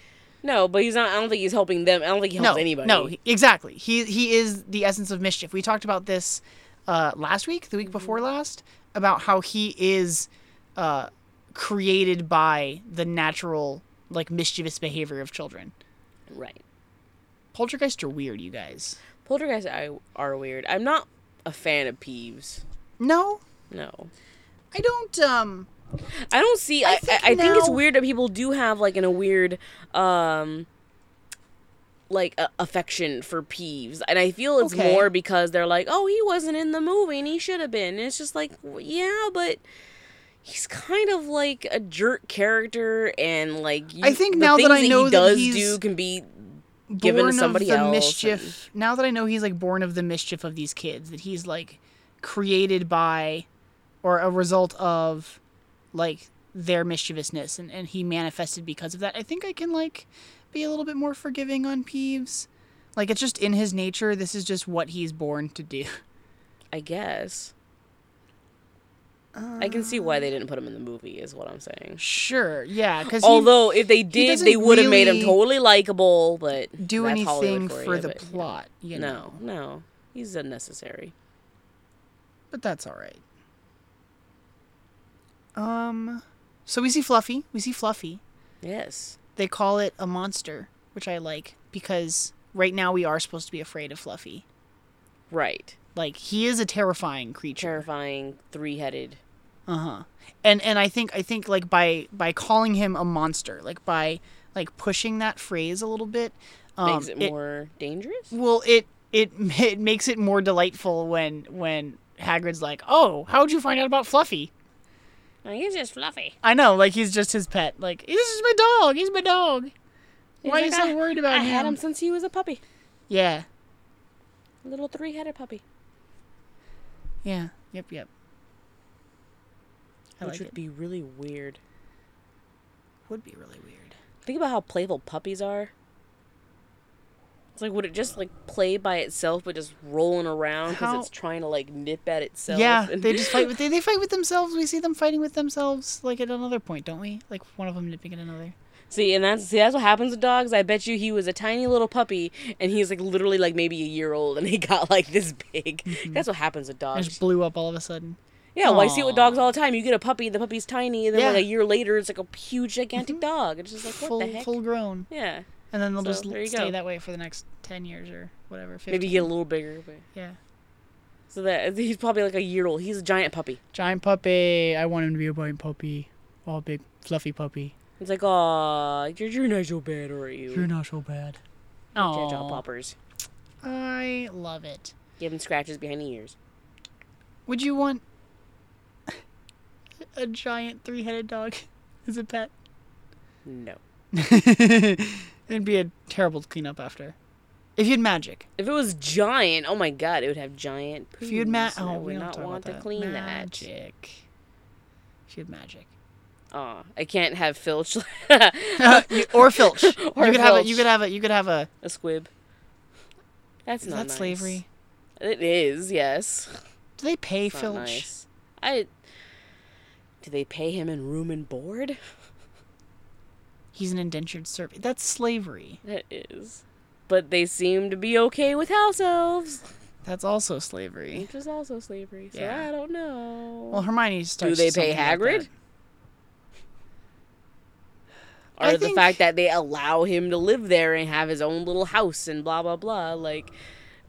[SPEAKER 2] No, but he's not. I don't think he's helping them. I don't think he helps
[SPEAKER 1] no,
[SPEAKER 2] anybody.
[SPEAKER 1] No, he- exactly. He he is the essence of mischief. We talked about this uh, last week, the week before last, about how he is uh, created by the natural like mischievous behavior of children.
[SPEAKER 2] right.
[SPEAKER 1] Poltergeists are weird, you guys.
[SPEAKER 2] Poltergeists are, are weird. I'm not a fan of Peeves.
[SPEAKER 1] No,
[SPEAKER 2] No,
[SPEAKER 1] I don't. Um,
[SPEAKER 2] I don't see. I I
[SPEAKER 1] think
[SPEAKER 2] think, I, think it's
[SPEAKER 1] now-
[SPEAKER 2] weird that people do have like in a weird, um, like a, affection for Peeves, and I feel it's
[SPEAKER 1] Okay.
[SPEAKER 2] more because they're like, oh, he wasn't in the movie and he should have been. And it's just like, w- yeah, but. He's kind of like a jerk character, and like you,
[SPEAKER 1] I think
[SPEAKER 2] the
[SPEAKER 1] now that
[SPEAKER 2] things
[SPEAKER 1] I know
[SPEAKER 2] he
[SPEAKER 1] that
[SPEAKER 2] does
[SPEAKER 1] he's
[SPEAKER 2] do can be Given to
[SPEAKER 1] born of
[SPEAKER 2] somebody
[SPEAKER 1] the
[SPEAKER 2] else
[SPEAKER 1] mischief. Now that I know he's like born of the mischief of these kids, that he's like created by or a result of like their mischievousness and, and he manifested because of that. I think I can like be a little bit more forgiving on Peeves. Like it's just in his nature. This is just what he's born to do.
[SPEAKER 2] I guess. I can see
[SPEAKER 1] Um.
[SPEAKER 2] why they didn't put him in the movie, is what I'm saying.
[SPEAKER 1] Sure. Yeah. Because
[SPEAKER 2] Although if they did, they
[SPEAKER 1] doesn't
[SPEAKER 2] would have made him
[SPEAKER 1] really
[SPEAKER 2] totally likable, but
[SPEAKER 1] do
[SPEAKER 2] that's Hollywood
[SPEAKER 1] anything
[SPEAKER 2] for,
[SPEAKER 1] for,
[SPEAKER 2] you,
[SPEAKER 1] the
[SPEAKER 2] but-
[SPEAKER 1] plot, you know.
[SPEAKER 2] No, no, he's unnecessary.
[SPEAKER 1] But that's all right. Um, so we see Fluffy. We see Fluffy.
[SPEAKER 2] Yes,
[SPEAKER 1] They call it a monster, which I like because right now we are supposed to be afraid of Fluffy.
[SPEAKER 2] right.
[SPEAKER 1] Like he is a terrifying creature.
[SPEAKER 2] Terrifying, three-headed.
[SPEAKER 1] Uh huh. And and I think I think like by by calling him a monster, like by like pushing that phrase a little bit, um,
[SPEAKER 2] Makes it more dangerous.
[SPEAKER 1] Well, it it it makes it more delightful when when Hagrid's like, "Oh, how'd you find out about Fluffy?"
[SPEAKER 2] Like, he's just fluffy.
[SPEAKER 1] I know, like he's just his pet. Like this is my dog. He's my dog. Why are you
[SPEAKER 2] like,
[SPEAKER 1] so worried about
[SPEAKER 2] I
[SPEAKER 1] him?
[SPEAKER 2] had him since he was a puppy,
[SPEAKER 1] Yeah,
[SPEAKER 2] a little three-headed puppy,
[SPEAKER 1] yeah, yep, yep. I
[SPEAKER 2] which
[SPEAKER 1] like
[SPEAKER 2] would
[SPEAKER 1] it.
[SPEAKER 2] be really weird.
[SPEAKER 1] Would be really weird.
[SPEAKER 2] Think about how playful puppies are. It's like would it just like play by itself, but just rolling around because
[SPEAKER 1] How-
[SPEAKER 2] it's trying to like nip at itself.
[SPEAKER 1] yeah,
[SPEAKER 2] and-
[SPEAKER 1] they just fight with they, they fight with themselves. We see them fighting with themselves, like at another point, don't we? Like one of them nipping at another.
[SPEAKER 2] see, and that's see that's what happens with dogs. I bet you he was a tiny little puppy, and he's like literally like maybe a year old, and he got like this big.
[SPEAKER 1] Mm-hmm.
[SPEAKER 2] That's what happens with
[SPEAKER 1] I
[SPEAKER 2] dogs.
[SPEAKER 1] just blew up all of a sudden.
[SPEAKER 2] yeah, well, I see it with
[SPEAKER 1] Aw.
[SPEAKER 2] dogs all the time. You get a puppy, the puppy's tiny, and then like
[SPEAKER 1] Yeah. Mm-hmm.
[SPEAKER 2] a year later, it's like a huge gigantic dog. It's just like what
[SPEAKER 1] full
[SPEAKER 2] the heck?
[SPEAKER 1] full grown,
[SPEAKER 2] yeah,
[SPEAKER 1] and then they'll
[SPEAKER 2] So,
[SPEAKER 1] just
[SPEAKER 2] there you
[SPEAKER 1] stay
[SPEAKER 2] go.
[SPEAKER 1] that way for the next ten years or whatever. 15.
[SPEAKER 2] maybe get a little bigger, but
[SPEAKER 1] yeah.
[SPEAKER 2] so that he's probably like a year old. He's a giant puppy.
[SPEAKER 1] Giant puppy. I want him to be a giant puppy. All big fluffy puppy.
[SPEAKER 2] It's like, oh, you're, you're not so bad, are you?
[SPEAKER 1] You're not so bad.
[SPEAKER 2] Jaw jaw
[SPEAKER 1] Oh,
[SPEAKER 2] poppers.
[SPEAKER 1] I love it.
[SPEAKER 2] Give them scratches behind the ears.
[SPEAKER 1] Would you want a giant three-headed dog as a pet?
[SPEAKER 2] No.
[SPEAKER 1] It'd be a terrible cleanup after. If you had magic,
[SPEAKER 2] If it was giant, oh my god, it would have giant.
[SPEAKER 1] if you had ma-
[SPEAKER 2] poos, and I
[SPEAKER 1] oh,
[SPEAKER 2] would
[SPEAKER 1] we don't
[SPEAKER 2] not
[SPEAKER 1] talk
[SPEAKER 2] want
[SPEAKER 1] about
[SPEAKER 2] to
[SPEAKER 1] that.
[SPEAKER 2] clean that.
[SPEAKER 1] magic. If you had magic,
[SPEAKER 2] Aw, I can't have filch.
[SPEAKER 1] Uh, You- or filch. you
[SPEAKER 2] Or
[SPEAKER 1] could have a, you
[SPEAKER 2] filch.
[SPEAKER 1] could have a, you could have a.
[SPEAKER 2] a squib. That's
[SPEAKER 1] Is
[SPEAKER 2] not
[SPEAKER 1] that
[SPEAKER 2] nice.
[SPEAKER 1] slavery?
[SPEAKER 2] It is, yes.
[SPEAKER 1] Do they pay
[SPEAKER 2] Not
[SPEAKER 1] filch?
[SPEAKER 2] nice. I. Do they pay him in room and board?
[SPEAKER 1] He's an indentured servant. That's slavery.
[SPEAKER 2] That is. But they seem to be okay with house elves,
[SPEAKER 1] That's also slavery.
[SPEAKER 2] which is also slavery. So
[SPEAKER 1] Yeah.
[SPEAKER 2] I don't know.
[SPEAKER 1] Well, Hermione starts.
[SPEAKER 2] they pay
[SPEAKER 1] something like
[SPEAKER 2] Hagrid?
[SPEAKER 1] that.
[SPEAKER 2] or
[SPEAKER 1] I
[SPEAKER 2] the
[SPEAKER 1] think-
[SPEAKER 2] fact that they allow him to live there and have his own little house and blah blah blah like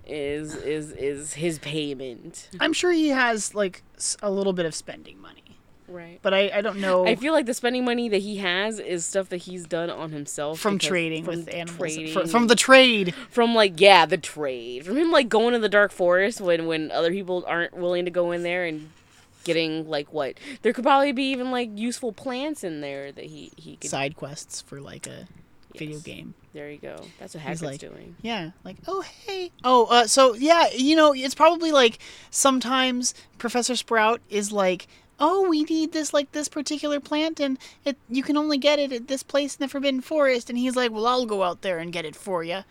[SPEAKER 2] is is is his payment
[SPEAKER 1] I'm sure he has like s- a little bit of spending money,
[SPEAKER 2] right
[SPEAKER 1] but I, I don't know.
[SPEAKER 2] i feel like the spending money that he has is stuff that he's done on himself
[SPEAKER 1] from
[SPEAKER 2] because-
[SPEAKER 1] trading
[SPEAKER 2] from
[SPEAKER 1] with animals,
[SPEAKER 2] trading
[SPEAKER 1] fr- from the trade.
[SPEAKER 2] from like yeah the trade from him like going to the dark forest when when other people aren't willing to go in there and getting like what there could probably be even like useful plants in there that he he could
[SPEAKER 1] side quests for like a video
[SPEAKER 2] Yes.
[SPEAKER 1] game.
[SPEAKER 2] there you go that's what Hagrid's
[SPEAKER 1] like-
[SPEAKER 2] doing
[SPEAKER 1] Yeah, like oh hey, oh uh, so yeah, you know it's probably like sometimes Professor Sprout is like, oh we need this like this particular plant and it you can only get it at this place in the Forbidden Forest, and he's like, well I'll go out there and get it for you,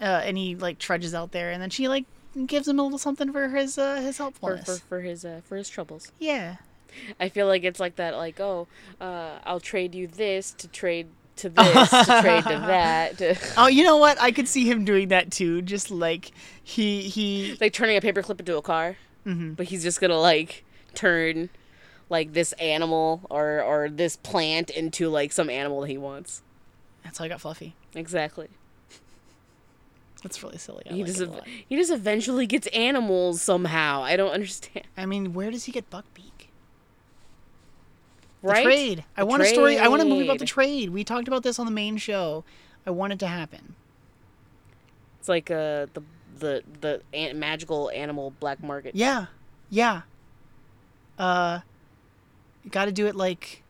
[SPEAKER 1] uh, and he like trudges out there, and then she like gives him a little something for his uh, his
[SPEAKER 2] for,
[SPEAKER 1] helpfulness.
[SPEAKER 2] for, for his uh, for his troubles
[SPEAKER 1] Yeah,
[SPEAKER 2] I feel like it's like that, like, oh, uh, I'll trade you this to trade to this, to trade to that. to-
[SPEAKER 1] oh you know what? I could see him doing that too, just like he he
[SPEAKER 2] like turning a paperclip into a car. Mm-hmm. But he's just gonna, like, turn, like, this animal or, or this plant into, like, some animal that he wants.
[SPEAKER 1] that's how I got Fluffy.
[SPEAKER 2] Exactly.
[SPEAKER 1] That's really silly. I
[SPEAKER 2] he,
[SPEAKER 1] like
[SPEAKER 2] just
[SPEAKER 1] it a
[SPEAKER 2] ev-
[SPEAKER 1] lot.
[SPEAKER 2] he just eventually gets animals somehow. I don't understand.
[SPEAKER 1] I mean, where does he get Buckbeak? The
[SPEAKER 2] Right?
[SPEAKER 1] trade. I
[SPEAKER 2] The
[SPEAKER 1] want a story. I want a movie about the
[SPEAKER 2] trade.
[SPEAKER 1] trade. We talked about this on the main show. I want it to happen.
[SPEAKER 2] It's like uh, the, the, the an- magical animal black market.
[SPEAKER 1] Yeah, yeah. Uh, got to do it like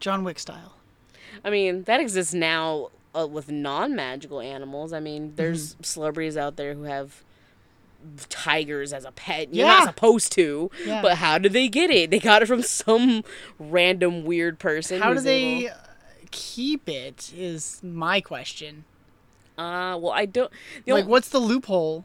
[SPEAKER 1] John Wick style.
[SPEAKER 2] I mean, that exists now uh, with non magical animals. I mean,
[SPEAKER 1] Mm-hmm.
[SPEAKER 2] there's celebrities out there who have tigers as a pet. You're
[SPEAKER 1] Yeah.
[SPEAKER 2] not supposed to,
[SPEAKER 1] Yeah.
[SPEAKER 2] but how do they get it? They got it from some random weird person.
[SPEAKER 1] How do
[SPEAKER 2] who's
[SPEAKER 1] they
[SPEAKER 2] able-
[SPEAKER 1] uh, keep it? Is my question.
[SPEAKER 2] Uh, well, I don't. the
[SPEAKER 1] Like,
[SPEAKER 2] only-
[SPEAKER 1] what's the loophole?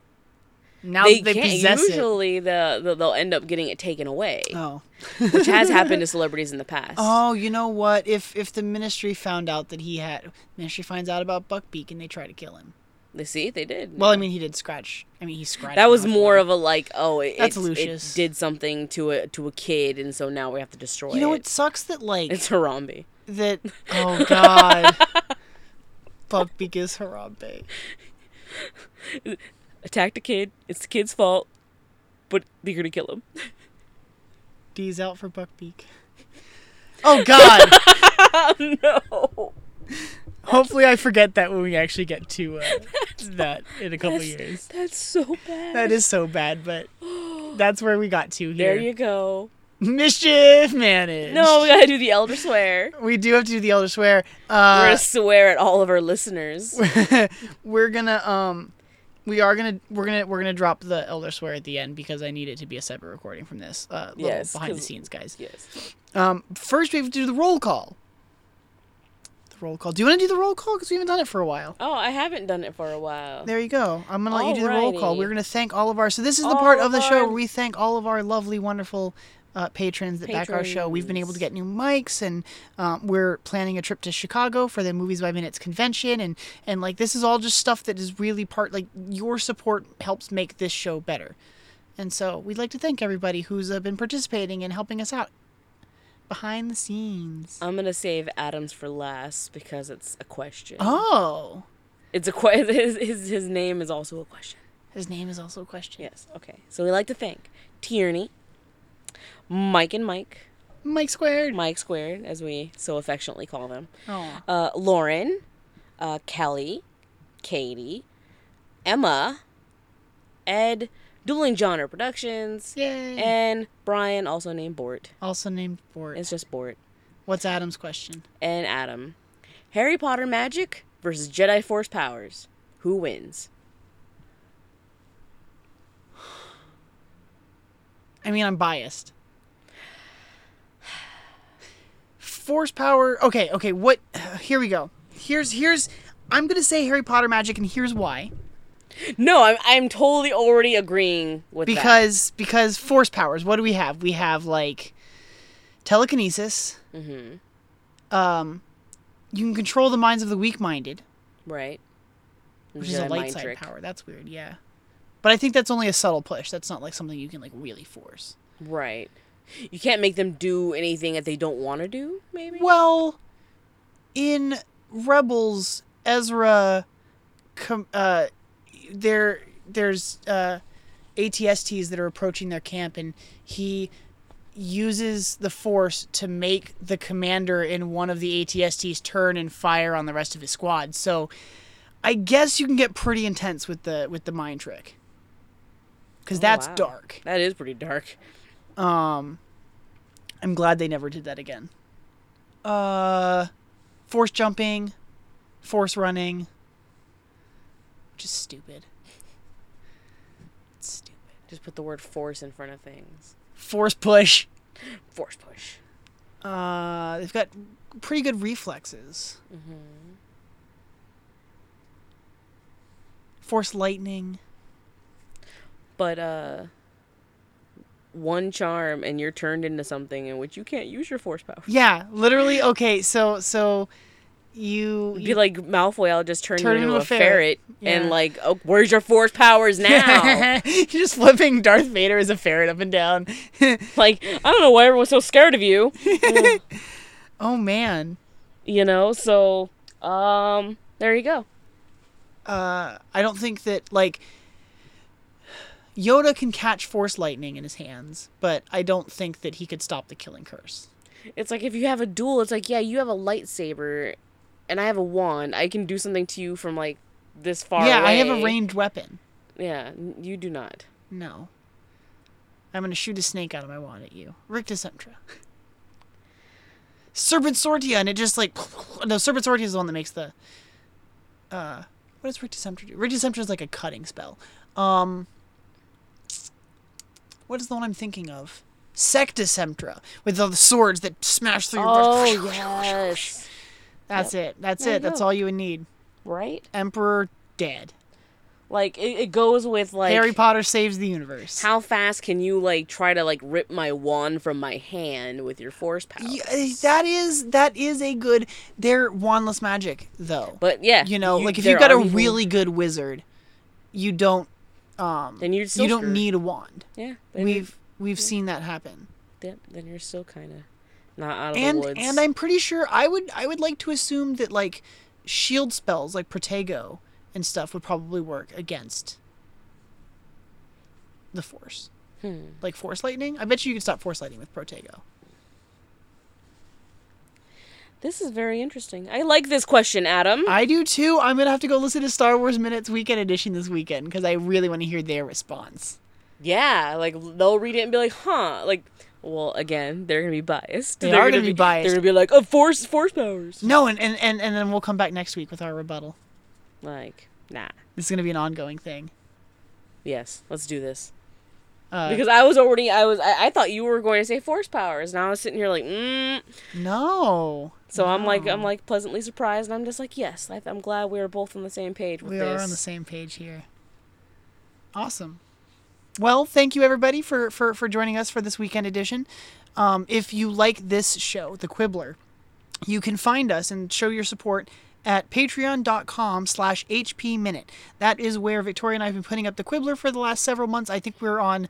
[SPEAKER 1] Now
[SPEAKER 2] they,
[SPEAKER 1] that they
[SPEAKER 2] can't.
[SPEAKER 1] possess
[SPEAKER 2] usually, the, the they'll end up getting it taken away,
[SPEAKER 1] it. Oh.
[SPEAKER 2] which has happened to celebrities in the past.
[SPEAKER 1] Oh, you know what? If if the ministry found out that he had, ministry finds out about Buckbeak and they try to kill him.
[SPEAKER 2] They see they did.
[SPEAKER 1] Well, I mean, he did scratch. I mean, he scratched.
[SPEAKER 2] That was
[SPEAKER 1] Malfoy.
[SPEAKER 2] more of a like, oh, it,
[SPEAKER 1] That's
[SPEAKER 2] it-
[SPEAKER 1] Lucius.
[SPEAKER 2] it did something to a to a kid, and so now we have to destroy.
[SPEAKER 1] You know
[SPEAKER 2] it.
[SPEAKER 1] what sucks that like
[SPEAKER 2] It's Harambe.
[SPEAKER 1] that. Oh God. Buckbeak is Harambe.
[SPEAKER 2] Attacked a kid. It's the kid's fault, but they're gonna kill him.
[SPEAKER 1] D's out for Buckbeak. Oh God.
[SPEAKER 2] no,
[SPEAKER 1] Hopefully, I forget that when we actually get to uh, that in a couple
[SPEAKER 2] That's-
[SPEAKER 1] years.
[SPEAKER 2] that's so bad.
[SPEAKER 1] That is so bad, but that's where we got to here.
[SPEAKER 2] There you go.
[SPEAKER 1] Mischief managed.
[SPEAKER 2] No, we gotta do the elder swear.
[SPEAKER 1] we do have to do the Elder Swear.
[SPEAKER 2] We're
[SPEAKER 1] Uh,
[SPEAKER 2] gonna swear at all of our listeners.
[SPEAKER 1] we're gonna um we are gonna we're gonna we're gonna drop the elder swear at the end because i need it to be a separate recording from this uh little
[SPEAKER 2] Yes,
[SPEAKER 1] behind the
[SPEAKER 2] 'cause-
[SPEAKER 1] scenes guys
[SPEAKER 2] Yes.
[SPEAKER 1] um first we have to do the roll call the roll call do you want to do the roll call because we haven't done it for a while
[SPEAKER 2] Oh, I haven't done it for a while.
[SPEAKER 1] there you go i'm gonna let you do the roll call
[SPEAKER 2] Alrighty.
[SPEAKER 1] we're gonna thank all of our so this is the
[SPEAKER 2] All
[SPEAKER 1] part of the
[SPEAKER 2] of
[SPEAKER 1] show
[SPEAKER 2] our-
[SPEAKER 1] where we thank all of our lovely wonderful uh, patrons that back our show we've been able to get new mics and um, we're planning a trip to chicago for the movies by minutes convention and and like this is all just stuff that is really part like your support helps make this show better and so we'd like to thank everybody who's uh, been participating and helping us out behind the scenes
[SPEAKER 2] I'm gonna save Adams for last because it's a question.
[SPEAKER 1] oh
[SPEAKER 2] It's a que- his, his his name is also a question.
[SPEAKER 1] his name is also a question
[SPEAKER 2] Yes. Okay. So we like to thank Tierney, Mike and Mike,
[SPEAKER 1] mike squared
[SPEAKER 2] Mike Squared, as we so affectionately call them.
[SPEAKER 1] oh
[SPEAKER 2] uh, Lauren, uh, Kelly, Katie, Emma, Ed, Dueling Genre Productions,
[SPEAKER 1] yay
[SPEAKER 2] and Brian, also named Bort.
[SPEAKER 1] also named Bort.
[SPEAKER 2] It's just Bort.
[SPEAKER 1] What's Adam's question?
[SPEAKER 2] And Adam. Harry Potter magic versus Jedi Force powers. Who wins?
[SPEAKER 1] I mean, I'm biased. Force power. Okay, okay. What? Here we go. Here's here's. I'm gonna say Harry Potter magic, and here's why.
[SPEAKER 2] No, I'm I'm totally already agreeing with that.
[SPEAKER 1] Because because force powers. What do we have? We have like telekinesis. Mm-hmm. Um, you can control the minds of the weak-minded,
[SPEAKER 2] right,
[SPEAKER 1] which is a
[SPEAKER 2] Jedi
[SPEAKER 1] light
[SPEAKER 2] mind
[SPEAKER 1] side
[SPEAKER 2] trick.
[SPEAKER 1] power. That's weird. Yeah, but I think that's only a subtle push. That's not like something you can like really force.
[SPEAKER 2] Right. You can't make them do anything that they don't want to do. Maybe.
[SPEAKER 1] Well, in Rebels, Ezra, com- uh, there there's uh, ATSTs that are approaching their camp, and he uses the Force to make the commander in one of the ATSTs turn and fire on the rest of his squad. So, I guess you can get pretty intense with the with the mind trick, because that's
[SPEAKER 2] wow.
[SPEAKER 1] dark.
[SPEAKER 2] That is pretty dark.
[SPEAKER 1] I'm glad they never did that again. Uh, force jumping, force running. Just stupid. It's stupid.
[SPEAKER 2] Just put the word force in front of things.
[SPEAKER 1] Force push.
[SPEAKER 2] Force push.
[SPEAKER 1] Uh, they've got pretty good reflexes.
[SPEAKER 2] Mm-hmm.
[SPEAKER 1] Force lightning.
[SPEAKER 2] But uh one charm and you're turned into something in which you can't use your force power.
[SPEAKER 1] Yeah, literally. Okay, so so you,
[SPEAKER 2] Be
[SPEAKER 1] you
[SPEAKER 2] like Malfoy, I'll just turn,
[SPEAKER 1] Turn
[SPEAKER 2] you into, a ferret,
[SPEAKER 1] Yeah.
[SPEAKER 2] and like, oh, where's your force powers now?
[SPEAKER 1] you're just flipping Darth Vader as a ferret up and down.
[SPEAKER 2] like, I don't know why everyone's so scared of you.
[SPEAKER 1] oh man.
[SPEAKER 2] you know, so um there you go.
[SPEAKER 1] uh, I don't think that like Yoda can catch force lightning in his hands, but I don't think that he could stop the killing curse.
[SPEAKER 2] It's like if you have a duel, it's like, yeah, you have a lightsaber and I have a wand. I can do something to you from like this far
[SPEAKER 1] yeah, I have a
[SPEAKER 2] away.
[SPEAKER 1] ranged weapon.
[SPEAKER 2] Yeah, n- you do not.
[SPEAKER 1] No. I'm gonna shoot a snake out of my wand at you. Rictus Emtra. Serpent Sortia, and it just like no, Serpent Sortia is the one that makes the. Uh, what does Rictus Emtra do? Rictus Emtra is like a cutting spell. Um, what is the one I'm thinking of? Sectus Emtra with all the swords that smash through. your-
[SPEAKER 2] Oh yes.
[SPEAKER 1] that's it. That's
[SPEAKER 2] There you
[SPEAKER 1] it. That's
[SPEAKER 2] go.
[SPEAKER 1] all you would need.
[SPEAKER 2] Right?
[SPEAKER 1] Emperor dead.
[SPEAKER 2] Like it, it goes with like
[SPEAKER 1] Harry Potter saves the universe.
[SPEAKER 2] how fast can you like try to like rip my wand from my hand with your force power?
[SPEAKER 1] Yeah, uh, that is that is a good. They're wandless magic though.
[SPEAKER 2] But yeah,
[SPEAKER 1] you know, like if
[SPEAKER 2] there
[SPEAKER 1] you've got
[SPEAKER 2] are
[SPEAKER 1] a
[SPEAKER 2] people-
[SPEAKER 1] really good wizard, you don't
[SPEAKER 2] then you're still
[SPEAKER 1] you don't
[SPEAKER 2] screwed.
[SPEAKER 1] need a wand.
[SPEAKER 2] yeah then you're-
[SPEAKER 1] We've we've seen that happen.
[SPEAKER 2] yeah, then you're still kind of not out of
[SPEAKER 1] And
[SPEAKER 2] the woods.
[SPEAKER 1] and I'm pretty sure I would I would like to assume that like shield spells like Protego and stuff would probably work against the force.
[SPEAKER 2] Hmm.
[SPEAKER 1] Like force lightning? I bet you you could stop force lightning with Protego.
[SPEAKER 2] this is very interesting. I like this question, Adam.
[SPEAKER 1] I do too. I'm gonna have to go listen to Star Wars Minutes Weekend Edition this weekend because I really want to hear their response.
[SPEAKER 2] Yeah, like they'll read it and be like, "Huh?" Like, well, again, they're gonna be biased.
[SPEAKER 1] They
[SPEAKER 2] They're
[SPEAKER 1] are gonna be biased.
[SPEAKER 2] They're gonna be like, "Oh, force, force powers."
[SPEAKER 1] No, and and, and, and then we'll come back next week with our rebuttal.
[SPEAKER 2] Like, nah.
[SPEAKER 1] This is gonna be an ongoing thing.
[SPEAKER 2] Yes, let's do this.
[SPEAKER 1] Uh,
[SPEAKER 2] Because I was already, I was, I, I thought you were going to say force powers, and I was sitting here like, mm.
[SPEAKER 1] No.
[SPEAKER 2] So I'm like, I'm
[SPEAKER 1] No.
[SPEAKER 2] like pleasantly surprised, and I'm just like, yes, I, I'm glad we are both on the same page with
[SPEAKER 1] we
[SPEAKER 2] this.
[SPEAKER 1] are on the same page here. Awesome. Well, thank you everybody for for for joining us for this weekend edition. Um, if you like this show, The Quibbler, you can find us and show your support at patreon.com slash hp minute that is where victoria and i have been putting up the quibbler for the last several months i think we're on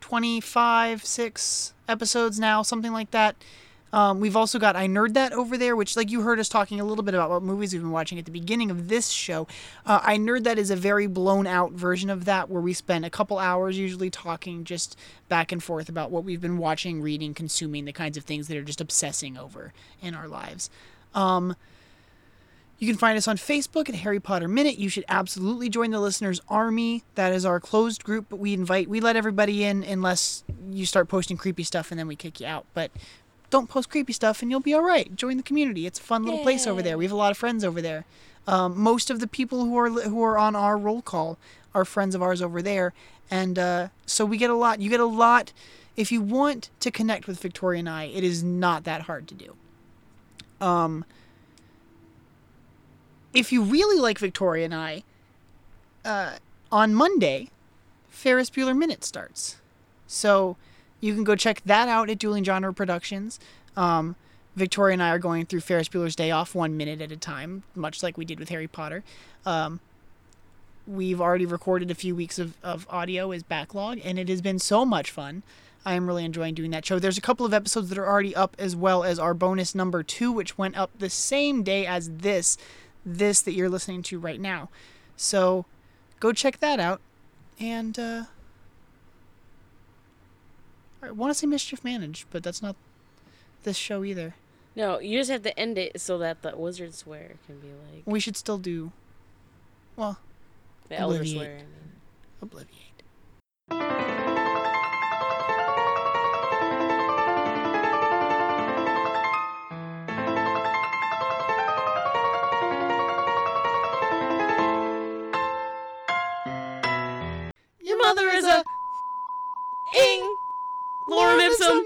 [SPEAKER 1] 25 6 episodes now something like that um, we've also got i nerd that over there which like you heard us talking a little bit about what movies we've been watching at the beginning of this show uh, i nerd that is a very blown out version of that where we spend a couple hours usually talking just back and forth about what we've been watching reading consuming the kinds of things that are just obsessing over in our lives you can find us on Facebook at Harry Potter Minute. You should absolutely join the listeners' army. That is our closed group, but we invite we let everybody in unless you start posting creepy stuff and then we kick you out. But don't post creepy stuff and you'll be all right. Join the community. It's a fun little place over there. We have a lot of friends over there. Um, most of the people who are who are on our roll call are friends of ours over there, and uh, so we get a lot. You get a lot. If you want to connect with Victoria and I, it is not that hard to do. Um, if you really like Victoria and I, uh, on Monday, Ferris Bueller Minute starts. So you can go check that out at Dueling Genre Productions. Um, Victoria and I are going through Ferris Bueller's Day Off one minute at a time, much like we did with Harry Potter. Um, we've already recorded a few weeks of, of audio as backlog, and it has been so much fun. I am really enjoying doing that show. There's a couple of episodes that are already up, as well as our bonus number two, which went up the same day as this, this that you're listening to right now. So go check that out. And uh, I want to say Mischief Managed, but that's not this show either.
[SPEAKER 2] No, you just have to end it so that the wizard swear can be like
[SPEAKER 1] We should still do, well,
[SPEAKER 2] the elder
[SPEAKER 1] Alleviate.
[SPEAKER 2] swear. I mean.
[SPEAKER 1] Obliviate. Your mother is a
[SPEAKER 2] Ing. Lorem ipsum.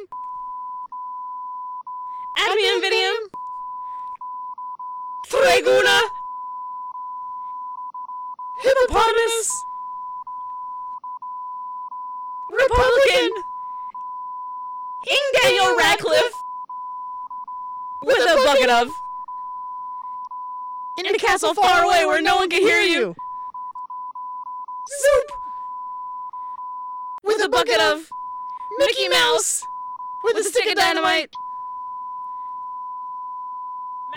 [SPEAKER 2] Ad infinitum. Triguna. Hippopotamus. Republican. Ing Daniel Radcliffe. With a bucket of.
[SPEAKER 1] in
[SPEAKER 2] In a castle far away where no one can hear you. Soup. With a bucket of. Mickey Mouse. With a stick of dynamite.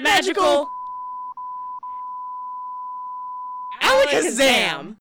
[SPEAKER 2] Magical. Alakazam!